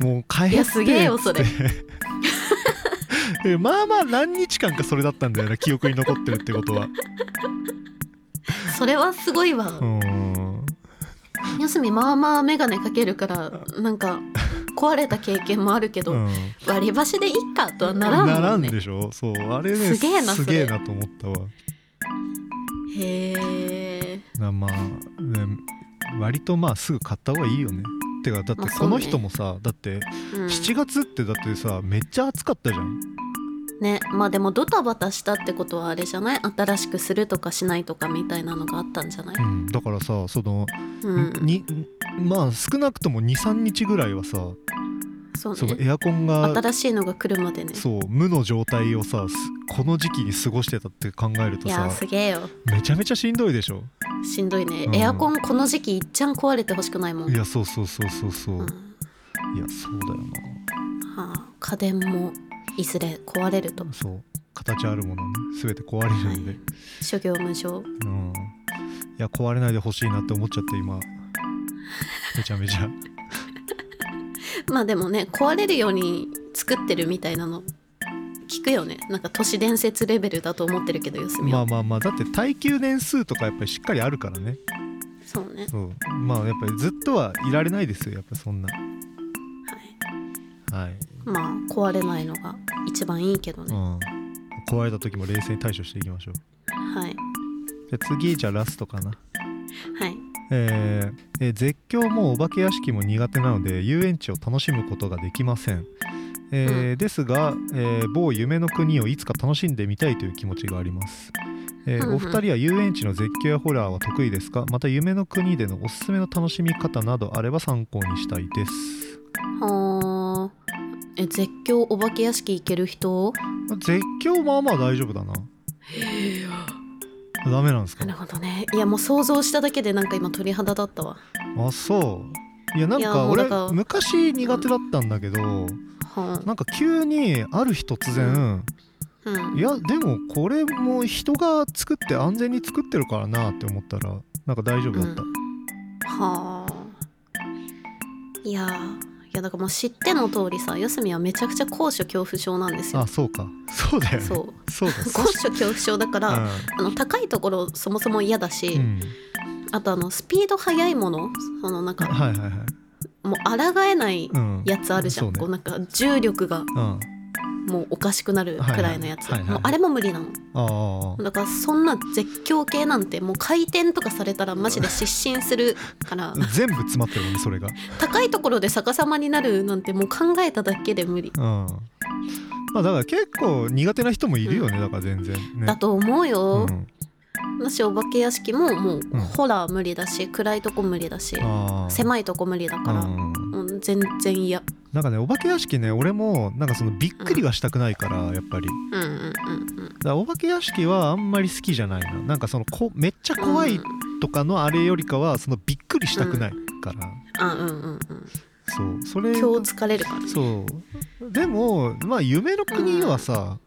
Speaker 1: もう *laughs* 変え
Speaker 2: いやすげえよそれ
Speaker 1: えまあまあ何日間かそれだったんだよな記憶に残ってるってことは
Speaker 2: それはすごいわ、
Speaker 1: うーん
Speaker 2: 休みまあまあ眼鏡かけるからなんか壊れた経験もあるけど、
Speaker 1: うん
Speaker 2: 割り箸でいっかとはならんもんね
Speaker 1: んでしょそうあれね
Speaker 2: すげえなそ
Speaker 1: す
Speaker 2: れ
Speaker 1: げえなと思ったわ
Speaker 2: へえ
Speaker 1: なまあ、ね、割とまあすぐ買った方がいいよねてかだっ
Speaker 2: まあ
Speaker 1: て
Speaker 2: そ
Speaker 1: こ
Speaker 2: うね
Speaker 1: の人もさだって
Speaker 2: うん
Speaker 1: 7月ってだってさめっちゃ暑かったじゃん
Speaker 2: ねまあでもドタバタしたってことはあれじゃない新しくするとかしないとかみたいなのがあったんじゃない、
Speaker 1: うん、だからさその、
Speaker 2: うん、
Speaker 1: にまあ少なくとも23日ぐらいはさ
Speaker 2: そう
Speaker 1: その
Speaker 2: ね
Speaker 1: エアコンが
Speaker 2: 新しいのが来るまでね
Speaker 1: そう無の状態をさすこの時期に過ごしてたって考える
Speaker 2: い
Speaker 1: と
Speaker 2: や
Speaker 1: さ
Speaker 2: ーすげえよ
Speaker 1: めちゃめちゃしんどいでしょ
Speaker 2: しんどいね、
Speaker 1: うん
Speaker 2: エアコンこの時期いっちゃん壊れてほしくないもん
Speaker 1: いやそうそうそうそうそう、
Speaker 2: うん
Speaker 1: い
Speaker 2: は
Speaker 1: やそうだよな
Speaker 2: あ、家電もいずれ壊れると
Speaker 1: そう形あるものね全て壊れるんで、
Speaker 2: はい諸行無常
Speaker 1: うんいや壊れないでほしいなって思っちゃって今めちゃめちゃ
Speaker 2: まあでもね壊れるように作ってるみたいなの聞くよねなんか都市伝説レベルだと思ってるけどよすみ
Speaker 1: ま
Speaker 2: は、
Speaker 1: あまあまあだって耐久年数とかやっぱりしっかりあるからね
Speaker 2: そうね
Speaker 1: そうまあやっぱりずっとはいられないですよやっぱそんな
Speaker 2: はい
Speaker 1: はい、
Speaker 2: まあ壊れないのが一番いいけど
Speaker 1: う
Speaker 2: ね、
Speaker 1: ん、壊れた時も冷静に対処していきましょう
Speaker 2: はい
Speaker 1: じゃあ次じゃあラストかな
Speaker 2: はい
Speaker 1: えーえー絶叫もお化け屋敷も苦手なので遊園地を楽しむことができません、えーですが、えー某夢の国をいつか楽しんでみたいという気持ちがあります、えー
Speaker 2: うんうん
Speaker 1: お二人は遊園地の絶叫やホラーは得意ですかまた夢の国でのおすすめの楽しみ方などあれば参考にしたいです
Speaker 2: はあえ絶叫お化け屋敷行ける人
Speaker 1: 絶叫まあまあ大丈夫だなダメなんですか
Speaker 2: なるほどねいやもう想像しただけでなんか今鳥肌だったわ
Speaker 1: あそういやなん
Speaker 2: いや
Speaker 1: か
Speaker 2: もう
Speaker 1: 俺
Speaker 2: だから
Speaker 1: 昔苦手だったんだけど
Speaker 2: は
Speaker 1: なんか急にある日突然、
Speaker 2: あうん
Speaker 1: いやでもこれも人が作って安全に作ってるからなって思ったらなんか大丈夫だった、
Speaker 2: はあいやーいやだからもう知っての通りさ四隅はめちゃくちゃ高所恐怖症なんですよ
Speaker 1: あそうかそうだよね
Speaker 2: そ
Speaker 1: そう
Speaker 2: う
Speaker 1: だ
Speaker 2: 高所恐怖症だから、あの高いところそもそも嫌だし、
Speaker 1: うん、うん、
Speaker 2: あとあのスピード速いものそのなんか
Speaker 1: はいはいはい
Speaker 2: もう抗えない
Speaker 1: うん
Speaker 2: やつあるじゃん、
Speaker 1: そうね
Speaker 2: こうなんか重力が
Speaker 1: うんあ
Speaker 2: もうおかしくなるくらいのやつ、
Speaker 1: はいはいはいはい
Speaker 2: もうあれも無理なの
Speaker 1: あ
Speaker 2: だからそんな絶叫系なんてもう回転とかされたらマジで失神するから
Speaker 1: 全部詰まってるもんねそれが
Speaker 2: 高いところで逆さまになるなんてもう考えただけで無理
Speaker 1: うんまあだから結構苦手な人もいるよね、だから全然ね
Speaker 2: だと思うよ
Speaker 1: う、ん、
Speaker 2: 私お化け屋敷ももううんホラー無理だし暗いとこ無理だし
Speaker 1: ああ
Speaker 2: 狭いとこ無理だから、
Speaker 1: うん
Speaker 2: もう全然嫌
Speaker 1: なんかねお化け屋敷ね俺もなんかそのびっくりがしたくないから、やっぱり
Speaker 2: うんうんうん
Speaker 1: だからお化け屋敷はあんまり好きじゃないななんかそのこめっちゃ
Speaker 2: うん
Speaker 1: 怖い
Speaker 2: うん
Speaker 1: とかのあれよりかはそのびっくりしたくないから、
Speaker 2: あうんうんうん
Speaker 1: そうそれ
Speaker 2: 今日疲れるからね
Speaker 1: そうでもまあ夢の国はさ、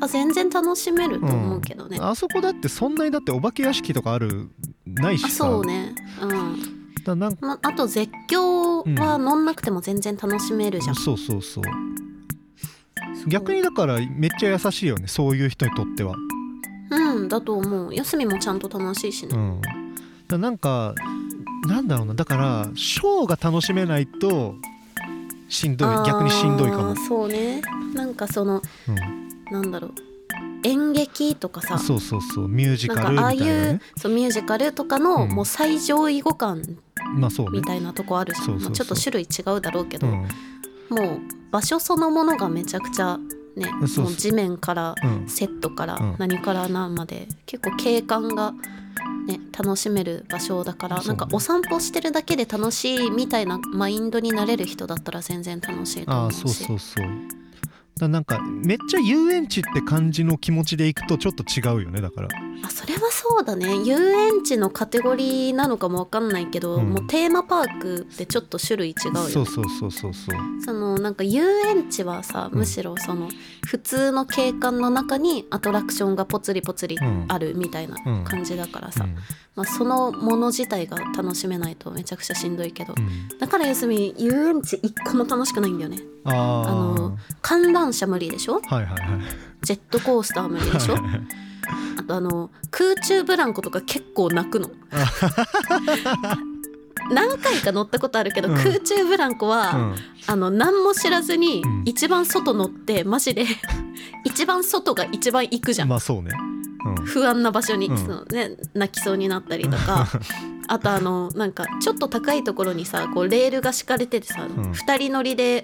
Speaker 2: あ全然楽しめると思うけどね、
Speaker 1: あそこだってそんなにだってお化け屋敷とかあるない
Speaker 2: あ
Speaker 1: しさ
Speaker 2: そうねうん、
Speaker 1: だなんか
Speaker 2: まあと絶叫は乗んなくても全然楽しめるじゃん、
Speaker 1: そうそうそう逆にだからめっちゃ優しいよねそういう人にとっては
Speaker 2: うんだと思う休みもちゃんと楽しいし
Speaker 1: う
Speaker 2: ね、
Speaker 1: んだからなんかなんだろうなだからショーが楽しめないとしんど
Speaker 2: あー
Speaker 1: い逆にしんどいかも、
Speaker 2: そうねなんかその
Speaker 1: うん、
Speaker 2: なんだろう演劇とかさ
Speaker 1: そうそうそうミュージ
Speaker 2: なん
Speaker 1: カルみ
Speaker 2: かあ
Speaker 1: た
Speaker 2: あい
Speaker 1: いな
Speaker 2: う
Speaker 1: ね
Speaker 2: そうミュージカルとかの、
Speaker 1: うん
Speaker 2: もう最上位互換
Speaker 1: まあそうね
Speaker 2: みたいなとこあるじゃん、
Speaker 1: そうそうそう
Speaker 2: まあちょっと種類違うだろうけ
Speaker 1: う
Speaker 2: ど、
Speaker 1: ん
Speaker 2: もう場所そのものがめちゃくちゃね
Speaker 1: そうそう
Speaker 2: もう地面から
Speaker 1: うん
Speaker 2: セットから
Speaker 1: うん
Speaker 2: 何から何まで、結構景観が、ね、楽しめる場所だから、
Speaker 1: そう
Speaker 2: なん
Speaker 1: ね
Speaker 2: かお散歩してるだけで楽しいみたいなマインドになれる人だったら全然楽しいと
Speaker 1: あ
Speaker 2: 思
Speaker 1: あ
Speaker 2: うし
Speaker 1: そうそうそうだからなんかめっちゃ遊園地って感じの気持ちで行くとちょっと違うよねだから
Speaker 2: あそれはそうだね遊園地のカテゴリーなのかもわかんないけど、
Speaker 1: うん
Speaker 2: もうテーマパークってちょっと種類違うよね
Speaker 1: そうそうそうそうそう
Speaker 2: そのなんか遊園地はさ
Speaker 1: うん
Speaker 2: むしろその普通の景観の中にアトラクションがポツリポツリ
Speaker 1: うん
Speaker 2: あるみたいな
Speaker 1: うん
Speaker 2: 感じだから
Speaker 1: う
Speaker 2: さ、
Speaker 1: ん
Speaker 2: まあ、そのもの自体が楽しめないとめちゃくちゃしんどいけど、
Speaker 1: うん
Speaker 2: だから休み遊園地一個も楽しくないんだよね
Speaker 1: ああ
Speaker 2: あの観覧車無理でしょ
Speaker 1: はいはいはい
Speaker 2: ジェットコースター無理で
Speaker 1: *laughs*
Speaker 2: しょ
Speaker 1: はいはい
Speaker 2: あとあの空中ブランコとか結構泣くの何回か乗ったことあるけど、
Speaker 1: うん
Speaker 2: 空中ブランコは、
Speaker 1: うん
Speaker 2: あの何も知らずに
Speaker 1: うん
Speaker 2: 一番外乗ってマジで一番外が一番行くじゃん、
Speaker 1: まあそうね
Speaker 2: 不安な場所に、
Speaker 1: うん
Speaker 2: そのね、泣きそうになったりとかあとあのなんかちょっと高いところにさこうレールが敷かれててさ、
Speaker 1: ん
Speaker 2: 二人乗りで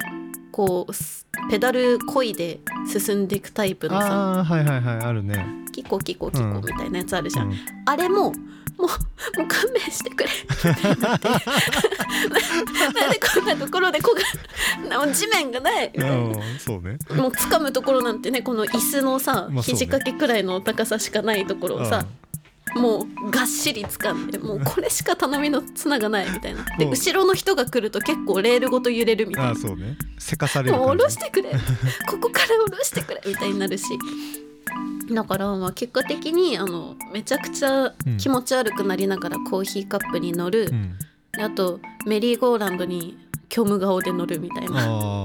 Speaker 2: こうすペダルこいで進んでいくタイプのさ
Speaker 1: *laughs* ああはいはいはいあるね、
Speaker 2: キコキコキコみたいなやつあるじゃん、
Speaker 1: うん
Speaker 2: あれももうもう勘弁してくれみたいになってなんでこんなところでこがもう地面がないみたいな
Speaker 1: うんそうね
Speaker 2: もう掴むところなんてねこの椅子のさ、
Speaker 1: まあそうね
Speaker 2: 肘掛けくらいの高さしかないところをさ、もうがっしり掴んでもうこれしか頼みの綱がないみたいなで
Speaker 1: うん
Speaker 2: 後ろの人が来ると結構レールごと揺れるみ
Speaker 1: あ
Speaker 2: た
Speaker 1: あ
Speaker 2: い
Speaker 1: ーそうねせかされ
Speaker 2: な
Speaker 1: る
Speaker 2: も
Speaker 1: 感
Speaker 2: う下ろ
Speaker 1: じ
Speaker 2: してくれここから下ろしてくれみたいになるしだからまあ結果的にあのめちゃくちゃ気持ち悪くなりながらコーヒーカップに乗る、
Speaker 1: うん、
Speaker 2: であとメリーゴーランドに虚無顔で乗るみたいな
Speaker 1: あ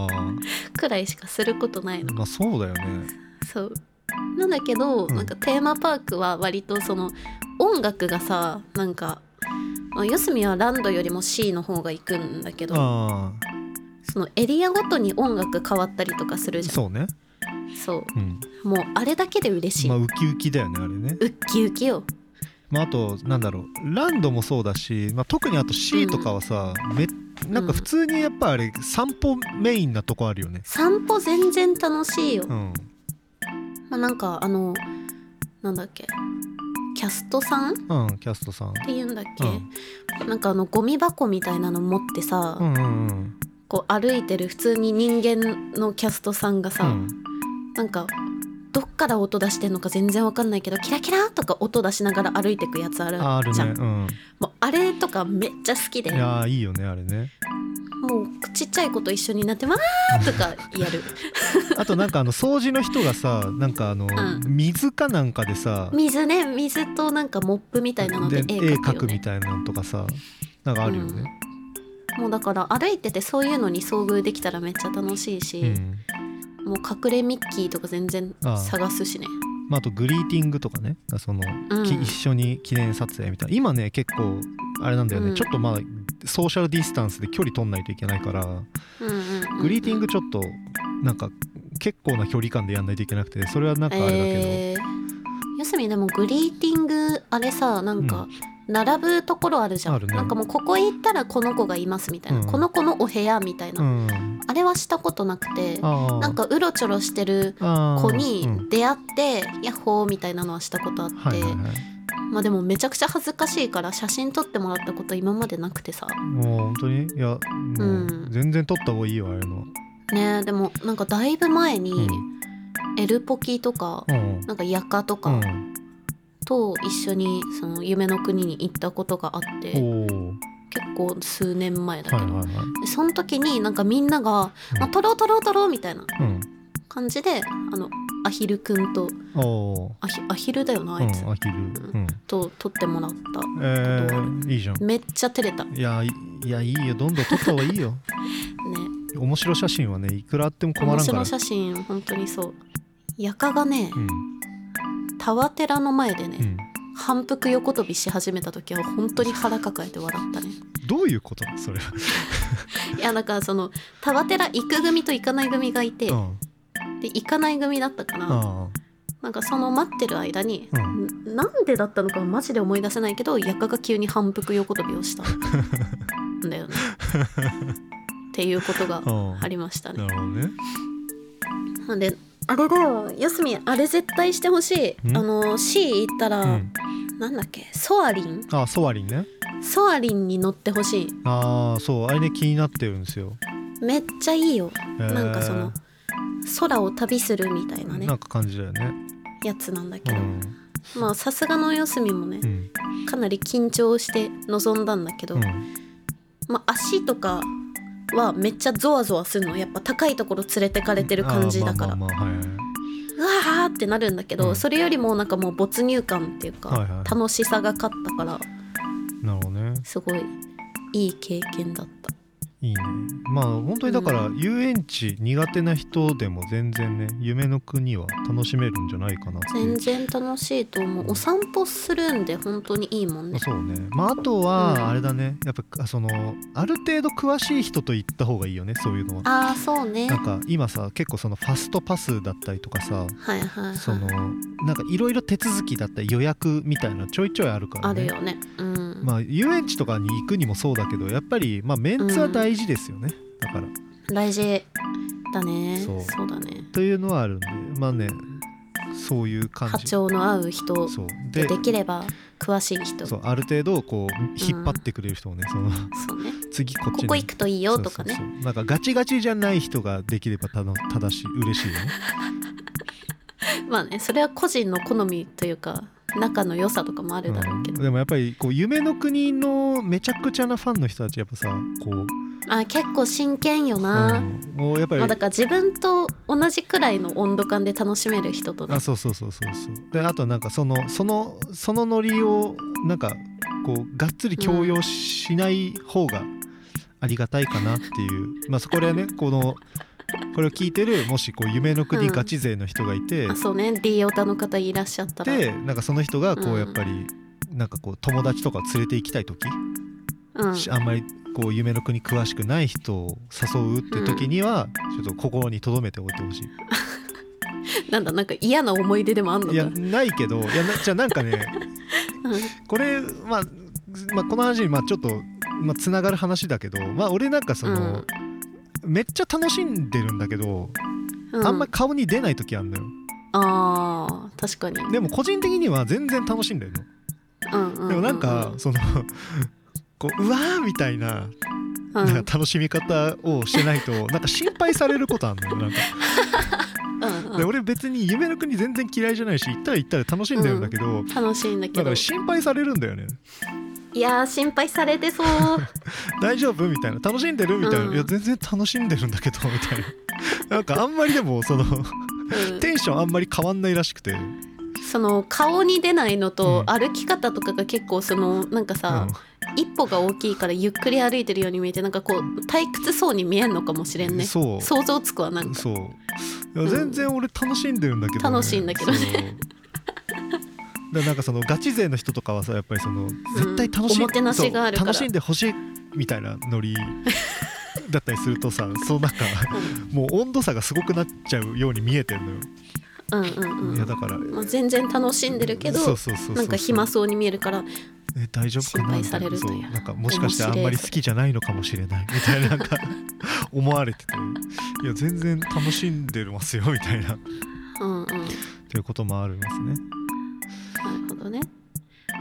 Speaker 2: くらいしかすることないの
Speaker 1: あまあそうだよね
Speaker 2: そうなんだけど、
Speaker 1: うん
Speaker 2: なんかテーマパークは割とその音楽がさなんか、まあ、四隅はランドよりも C の方が行くんだけど
Speaker 1: あ
Speaker 2: そのエリアごとに音楽変わったりとかする
Speaker 1: あ
Speaker 2: じゃん
Speaker 1: そうね、
Speaker 2: そう
Speaker 1: うん、
Speaker 2: もうあれだけで嬉しい、
Speaker 1: まあウキウキだよねあれね
Speaker 2: ウッキウキよ
Speaker 1: まあ、あとなんだろうランドもそうだし、まあ、特にあと C とかはさ、めなんか普通にやっぱあれ散歩メインなとこあるよね。
Speaker 2: 散歩全然楽しいよ、
Speaker 1: うん、
Speaker 2: まあ、なんかあのなんだっけキャストさんっ
Speaker 1: うん、キャストさん。
Speaker 2: ていうんだっけ、
Speaker 1: うん
Speaker 2: なんかあのゴミ箱みたいなの持ってさ、
Speaker 1: うんうんうん
Speaker 2: こう歩いてる普通に人間のキャストさんが
Speaker 1: う
Speaker 2: さ、
Speaker 1: ん。
Speaker 2: なんかどっから音出してんのか全然わかんないけどキラキラとか音出しながら歩いてくやつある
Speaker 1: あある
Speaker 2: じ
Speaker 1: ね。
Speaker 2: ゃん
Speaker 1: うん。
Speaker 2: もうあれとかめっちゃ好きで
Speaker 1: いやーいいよねあれね。
Speaker 2: もうちっちゃい子と一緒になって「わー!」とかや
Speaker 1: *laughs*
Speaker 2: る
Speaker 1: あとなんかあの掃除の人がさなんかあの、
Speaker 2: ん
Speaker 1: 水かなんかでさ
Speaker 2: 水ね水となんかモップみたいなので絵
Speaker 1: 絵
Speaker 2: 描
Speaker 1: 描
Speaker 2: くよ
Speaker 1: くみ
Speaker 2: ね
Speaker 1: たいなのとかさなんかあるよね。
Speaker 2: もうだから歩いててそういうのに遭遇できたらめっちゃ楽しいし、
Speaker 1: うん。
Speaker 2: もう隠れミッキーとか全然
Speaker 1: ああ
Speaker 2: 探すしね
Speaker 1: まあ、あとグリーティングとかねその、
Speaker 2: うん
Speaker 1: き一緒に記念撮影みたいな今ね結構あれなんだよね、
Speaker 2: うん
Speaker 1: ちょっとまあソーシャルディスタンスで距離取んないといけないから
Speaker 2: うんうんうんうん
Speaker 1: グリーティングちょっとなんか結構な距離感でやんないといけなくてそれはなんかあれだけ
Speaker 2: えー、よすみでもグリーティングあれさなんか並ぶところあるじゃ
Speaker 1: あ
Speaker 2: ん、
Speaker 1: るね
Speaker 2: なんかもうここ行ったらこの子がいますみたいな、
Speaker 1: うん
Speaker 2: この子のお部屋みたい
Speaker 1: ど、
Speaker 2: な、
Speaker 1: うん、
Speaker 2: あれはしたことなくて
Speaker 1: あー
Speaker 2: なんかうろちょろしてる
Speaker 1: あー
Speaker 2: 子
Speaker 1: う
Speaker 2: に
Speaker 1: ん
Speaker 2: 出会って、ヤッホーみたいなのはしたことあって、
Speaker 1: はいはいはい
Speaker 2: まあでもめちゃくちゃ恥ずかしいから写真撮ってもらったこと今までなくてさ
Speaker 1: もう本当にいやもう
Speaker 2: うん
Speaker 1: 全然撮った方がいいよあれの、
Speaker 2: ねえでもなんかだいぶ前に、
Speaker 1: うん
Speaker 2: エルポキとか
Speaker 1: うん
Speaker 2: なんかヤカとか、
Speaker 1: うん、
Speaker 2: と一緒にその夢の国に行ったことがあって結
Speaker 1: おお
Speaker 2: 構数年前だけ
Speaker 1: はい
Speaker 2: ど、
Speaker 1: はいはい
Speaker 2: でその時になんかみんなが「
Speaker 1: うん
Speaker 2: まあ、撮ろう撮ろう撮ろう」みたいな
Speaker 1: うん
Speaker 2: 感じであのアヒルくんと
Speaker 1: おお
Speaker 2: アヒアヒルだよな
Speaker 1: ー
Speaker 2: あいつ、
Speaker 1: うん、飽きる、うん
Speaker 2: と撮ってもらった
Speaker 1: えー、いいじゃん
Speaker 2: めっちゃ照れたね
Speaker 1: いやいいやいいよどんどん撮った方がいいよ面白写真はねいくらあっても困
Speaker 2: 面
Speaker 1: らんから
Speaker 2: 白写真本当にそうヤカがね、
Speaker 1: うん
Speaker 2: タワテラの前で
Speaker 1: う
Speaker 2: ね、
Speaker 1: ん、
Speaker 2: 反復横跳びし始めた時は本当に腹抱えて笑ったね
Speaker 1: どういうことなのそれは、
Speaker 2: いやだからそのタワテラ行く組と行かない組がいて、
Speaker 1: うん、
Speaker 2: で行かない組だったから、
Speaker 1: あ
Speaker 2: なんかその待ってる間に、
Speaker 1: うん
Speaker 2: んなんでだったのかマジで思い出せないけどヤカが急に反復横跳びをした
Speaker 1: *laughs*
Speaker 2: んだよね。っていうことが
Speaker 1: あうん
Speaker 2: ありました
Speaker 1: な
Speaker 2: ね。
Speaker 1: るほどね
Speaker 2: なんであれだよやすみんあれ絶対してほしい。
Speaker 1: ん
Speaker 2: あの C 行ったら、
Speaker 1: うん
Speaker 2: なんだっけソアリン
Speaker 1: あソワリンね
Speaker 2: ソアリンに乗ってほしい。
Speaker 1: ああそうあれね気になってるんですよ、
Speaker 2: めっちゃいいよ。
Speaker 1: えー
Speaker 2: なんかその空を旅するみたいなね
Speaker 1: なんか感じだよね
Speaker 2: やつなんだ
Speaker 1: う
Speaker 2: けど、
Speaker 1: ん
Speaker 2: まあさすがのよすみもね
Speaker 1: う、ん
Speaker 2: かなり緊張して臨んだんだけど、
Speaker 1: うん
Speaker 2: まあ、足とかはめっちゃゾワゾワするのやっぱ高いところ連れてかれてる感じだから、
Speaker 1: あーまあまあまあはいはいう
Speaker 2: わーってなるんだけど、
Speaker 1: うん
Speaker 2: それよりもなんかもう没入感っていうか、
Speaker 1: はいはい
Speaker 2: 楽しさが勝ったから
Speaker 1: なるほどね
Speaker 2: すごいいい経験だった
Speaker 1: いいねまあ本当にだから遊園地苦手な人でも全然ね夢の国は楽しめるんじゃないかなっていう
Speaker 2: 全然楽しいと思うお散歩するんで本当にいいもんね
Speaker 1: そうねまああと
Speaker 2: うん
Speaker 1: はあれだねやっぱあそのある程度詳しい人と行った方がいいよねそういうのは
Speaker 2: ああそうね
Speaker 1: なんか今さ結構そのファストパスだったりとかさ
Speaker 2: はいはいはい
Speaker 1: そのなんかいろいろ手続きだったり予約みたいなちょいちょいあるから
Speaker 2: ある
Speaker 1: ね
Speaker 2: よねうん、
Speaker 1: まあ遊園地とかに行くにもそうだけどやっぱりまあメンツは大事ですよね、だから
Speaker 2: 大事だね
Speaker 1: そ
Speaker 2: そううだね
Speaker 1: というのはあるんでまあねそういう感
Speaker 2: 波
Speaker 1: じ
Speaker 2: 長の合う人
Speaker 1: そう
Speaker 2: で
Speaker 1: で
Speaker 2: できれば詳しい人
Speaker 1: そ
Speaker 2: そう
Speaker 1: ある程度こう引っ張ってくれる人をね、その
Speaker 2: うね
Speaker 1: 次こっち
Speaker 2: ここ行くといいよとかね
Speaker 1: そうそうそうなんかガチガチじゃない人ができればたの正しい嬉しいよね
Speaker 2: まあねそれは個人の好みというか仲の良さとかもあるだろうけ
Speaker 1: うん
Speaker 2: ど、
Speaker 1: でもやっぱりこう夢の国のめちゃくちゃなファンの人たちやっぱさこう、
Speaker 2: あ結構真剣よ
Speaker 1: う
Speaker 2: な、
Speaker 1: ん、もうやっぱり、
Speaker 2: まあ、だから自分と同じくらいの温度感で楽しめる人とね
Speaker 1: あそうそうそうそうそうであとなんかそのそのそのノリをなんかこうがっつり強要しない方がありがたいかなっていう、まあそこでねこのこれを聞いてるもしこう夢の国ガチ勢の人がいて、
Speaker 2: あそうね D オタの方いらっしゃったら
Speaker 1: でなんかその人がこ
Speaker 2: う
Speaker 1: うんやっぱり、なんかこう友達とかを連れて行きたい時、
Speaker 2: うん、
Speaker 1: しあんまりこう夢の国詳しくない人を誘うって時には、ちょっと心に留めておいてほしい。
Speaker 2: なんだなんか嫌な思い出でもあんの
Speaker 1: い
Speaker 2: か
Speaker 1: やないけどいやなじゃあなんか
Speaker 2: *laughs*
Speaker 1: ねこれ、まあ、まあこの話にまあちょっと、まあ、つながる話だけど、まあ、俺なんかその、めっちゃ楽しんでるんだけど、
Speaker 2: うん、
Speaker 1: あんまり顔に出ない時あるのよ
Speaker 2: あー確かに
Speaker 1: でも個人的には全然楽しんでるの。
Speaker 2: うんうんうう
Speaker 1: でもなんか、そのこううわーみたいな
Speaker 2: うん
Speaker 1: なんか楽しみ方をしてないとなんか心配されることあるのよなんか
Speaker 2: うんうん
Speaker 1: で俺別に夢の国全然嫌いじゃないし行ったら行ったら楽しんでるんだけど、
Speaker 2: 楽しいんだけ
Speaker 1: だか
Speaker 2: ど
Speaker 1: ら心配されるんだよね
Speaker 2: いやー心配され
Speaker 1: *laughs*
Speaker 2: てそう
Speaker 1: 大丈夫みたいな楽しんでるみたいな、
Speaker 2: うん
Speaker 1: いや全然楽しんでるんだけどみたいななんかあんまりでもその
Speaker 2: うん
Speaker 1: テンションあんまり変わんないらしくて、うん
Speaker 2: その顔に出ないのと、
Speaker 1: うん
Speaker 2: 歩き方とかが結構そのなんかさ、一歩が大きいからゆっくり歩いてるように見えてなんかこう退屈そうに見えんのかもしれんね
Speaker 1: そう
Speaker 2: 想像つくわなんか
Speaker 1: そういや全然俺楽しんでるんだけど、
Speaker 2: 楽しいんだけどね
Speaker 1: そうだからなんかそのガチ勢の人とかはさやっぱりその絶対楽しい、
Speaker 2: おもてなしがあるから
Speaker 1: そう楽しんでほしいみたいなノリだったりすると
Speaker 2: *laughs*
Speaker 1: さそうなんかもう温度差がすごくなっちゃうように見えてるのよ、
Speaker 2: うん
Speaker 1: い
Speaker 2: うん
Speaker 1: うや
Speaker 2: ん
Speaker 1: だから
Speaker 2: まあ、全然楽しんでるけど
Speaker 1: そうそうそうそう
Speaker 2: なんか暇そうに見えるから
Speaker 1: え大丈夫かな
Speaker 2: 心配されるという
Speaker 1: みたなそうなんかもしかしてあんまり好きじゃないのかもしれないみたいななんか思われてていや全然楽しんでますよみたいな
Speaker 2: うんうんなる
Speaker 1: ということもありますね
Speaker 2: ほどね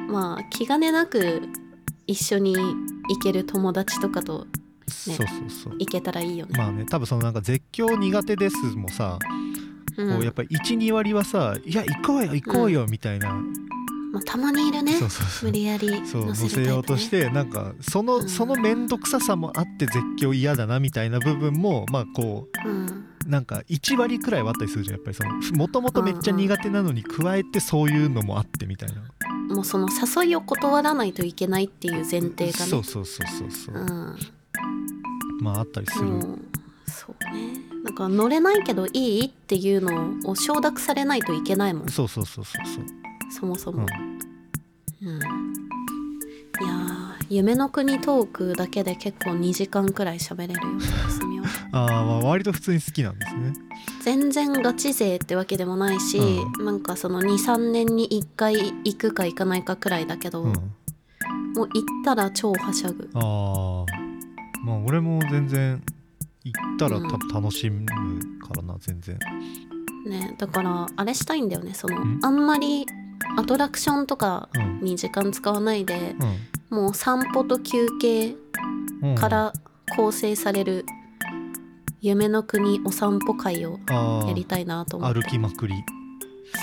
Speaker 2: まあ気兼ねなく一緒に行ける友達とかと
Speaker 1: そうそうそう
Speaker 2: 行けたらいいよね、
Speaker 1: まあね多分そのなんか絶叫苦手ですもさ、
Speaker 2: うん
Speaker 1: こうやっぱり12割はさ「いや行こうよ行こうよ」みたいな、
Speaker 2: まあ、たまにいるね
Speaker 1: そうそうそう
Speaker 2: 無理やり
Speaker 1: そう乗
Speaker 2: 乗せるタイプね
Speaker 1: せようとしてなんかその、
Speaker 2: うん
Speaker 1: その面倒くささもあって絶叫嫌だなみたいな部分もまあこう
Speaker 2: うん
Speaker 1: なんか1割くらいはあったりするじゃんやっぱりそのもともとめっちゃ苦手なのに加えてそういうのもあってみたいな、
Speaker 2: もうその誘いを断らないといけないっていう前提がね
Speaker 1: そうそうそうそうそう、
Speaker 2: うん
Speaker 1: まああったりする、
Speaker 2: もうそうねなんか乗れないけどいいっていうのを承諾されないといけないもん
Speaker 1: そうそうそうそうそう
Speaker 2: そもそうも
Speaker 1: ん、、
Speaker 2: うんいやー夢の国トークだけで結構2時間くらい喋れるよす
Speaker 1: *laughs*
Speaker 2: みは
Speaker 1: あーまあ割と普通に好きなんですね
Speaker 2: 全然ガチ勢ってわけでもないし、
Speaker 1: う
Speaker 2: なんかその23年に1回行くか行かないかくらいだけど、
Speaker 1: うん
Speaker 2: もう行ったら超はしゃぐ
Speaker 1: ああまあ俺も全然行ったら多分楽しむからな全然
Speaker 2: ねだからあれしたいんだよねその
Speaker 1: ん
Speaker 2: あんまりアトラクションとか
Speaker 1: うん
Speaker 2: に時間使わないで
Speaker 1: う
Speaker 2: もう散歩と休憩
Speaker 1: ん、うん、
Speaker 2: から構成される夢の国お散歩会を
Speaker 1: あー
Speaker 2: やりたいなと思って
Speaker 1: 歩きまくり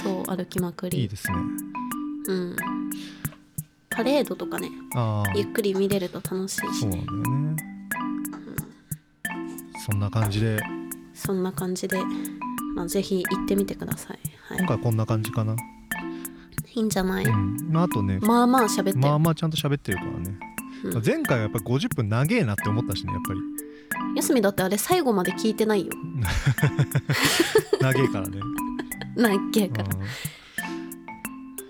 Speaker 2: そう歩きまくり
Speaker 1: いいですね
Speaker 2: うん、パレードとかね
Speaker 1: ああ
Speaker 2: ゆっくり見れると楽しいし
Speaker 1: そうなん
Speaker 2: ね
Speaker 1: だよねそんな感じで
Speaker 2: そんな感じで、まあ、ぜひ行ってみてください、は
Speaker 1: 今
Speaker 2: い、
Speaker 1: 回こんな感じかな、
Speaker 2: いいんじゃない、
Speaker 1: うんまあ、あとね、
Speaker 2: まあまあ喋ってる、
Speaker 1: まあまあちゃんと喋ってるからね、
Speaker 2: うん
Speaker 1: 前回はやっぱり50分長えなって思ったしねやっぱり
Speaker 2: 休みだってあれ最後まで聞いてないよ
Speaker 1: 長いからね、
Speaker 2: *laughs* なっけから、
Speaker 1: う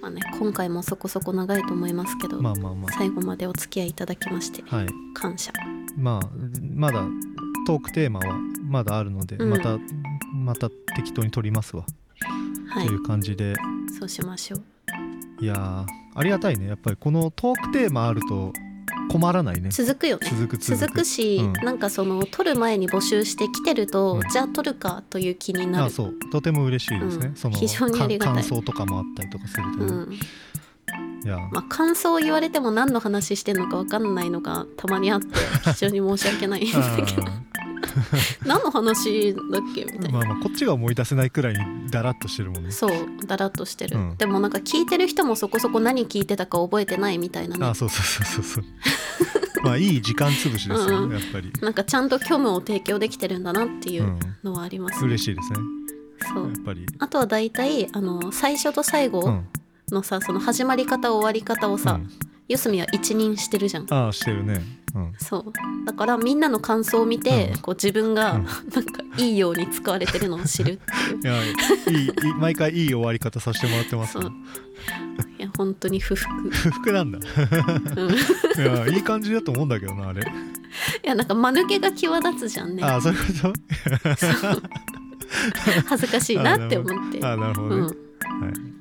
Speaker 2: まあね今回もそこそこ長いと思いますけど、
Speaker 1: ん、まあまあま
Speaker 2: 最後までお付き合いいただきまして
Speaker 1: あはい
Speaker 2: 感謝
Speaker 1: まあまだトークテーマはまだあるので、
Speaker 2: うん
Speaker 1: またまた適当に撮りますわ、
Speaker 2: はい
Speaker 1: という感じで
Speaker 2: そうしましょう
Speaker 1: いやーありがたいねやっぱりこのトークテーマあると困らないね
Speaker 2: 続くよね
Speaker 1: 続く続く
Speaker 2: 続くし、
Speaker 1: うん
Speaker 2: なんかその撮る前に募集して来てると、
Speaker 1: うん
Speaker 2: じゃあ撮るかという気にな
Speaker 1: あ
Speaker 2: る
Speaker 1: そうとても嬉しいですね、
Speaker 2: うん
Speaker 1: その
Speaker 2: 非常にありが
Speaker 1: か
Speaker 2: たい
Speaker 1: 感想とかもあったりとかするとね、
Speaker 2: うん
Speaker 1: いや
Speaker 2: まあ、感想を言われても何の話してんのか分かんないのがたまに
Speaker 1: *laughs*
Speaker 2: あって非常に申し訳ないんだけど
Speaker 1: あ
Speaker 2: *laughs* 何の話だっけみたい
Speaker 1: ー
Speaker 2: な、
Speaker 1: まあまあこっちが思い出せないくらいにだらっとしてるもんね
Speaker 2: そうだらっとしてる、
Speaker 1: うん
Speaker 2: でもなんか聞いてる人もそこそこ何聞いてたか覚えてないみたいな
Speaker 1: あ
Speaker 2: ね
Speaker 1: ーそうそうそうそ
Speaker 2: *laughs*
Speaker 1: うそうまあいい時間潰しですよ、
Speaker 2: うん
Speaker 1: やっぱり、、
Speaker 2: なんかちゃんと虚無を提供できてるんだなっていううんのはあります、
Speaker 1: 嬉しいですね
Speaker 2: そ
Speaker 1: や
Speaker 2: う
Speaker 1: っぱり
Speaker 2: あとは大体あの最初と最
Speaker 1: う
Speaker 2: 後
Speaker 1: ん
Speaker 2: のさ、その始まり方終わり方を
Speaker 1: う
Speaker 2: さ、
Speaker 1: ん
Speaker 2: 四隅は一任してるじゃん
Speaker 1: ああしてるねうん
Speaker 2: そうだからみんなの感想を見て、
Speaker 1: うん
Speaker 2: こう自分が、
Speaker 1: うん
Speaker 2: なんかいいように使われてるのを知る
Speaker 1: *laughs*
Speaker 2: っていう
Speaker 1: いやいいいい毎回いい終わり方させてもらってます、
Speaker 2: そういや本当に不服、
Speaker 1: 不服なんだ
Speaker 2: うん、い
Speaker 1: いやいい感じだと思うんだけどなあれ
Speaker 2: やなんか間抜けが際立つじゃんね
Speaker 1: ああそういうこ
Speaker 2: 恥ずかしいなって思って
Speaker 1: とああなるほど
Speaker 2: う
Speaker 1: ね、
Speaker 2: ん、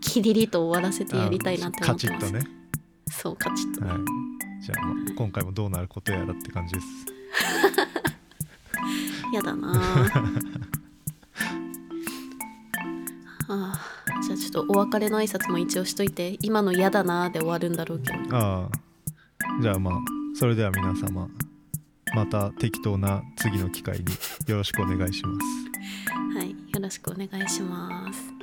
Speaker 2: キリリと終わらせてやりたいなって思
Speaker 1: カ
Speaker 2: っ
Speaker 1: チ
Speaker 2: て
Speaker 1: ッ
Speaker 2: ま
Speaker 1: と
Speaker 2: す、
Speaker 1: ね
Speaker 2: そうカチッと、
Speaker 1: はいじゃあ、まあ今回もどうなることやらって感じです
Speaker 2: やだなぁああじゃあちょっとお別れの挨拶も一応しといて今の「やだなぁ」で終わるんだろうけど
Speaker 1: ああじゃあまあそれでは皆様また適当な次の機会によろしくお願いします
Speaker 2: はいよろしくお願いします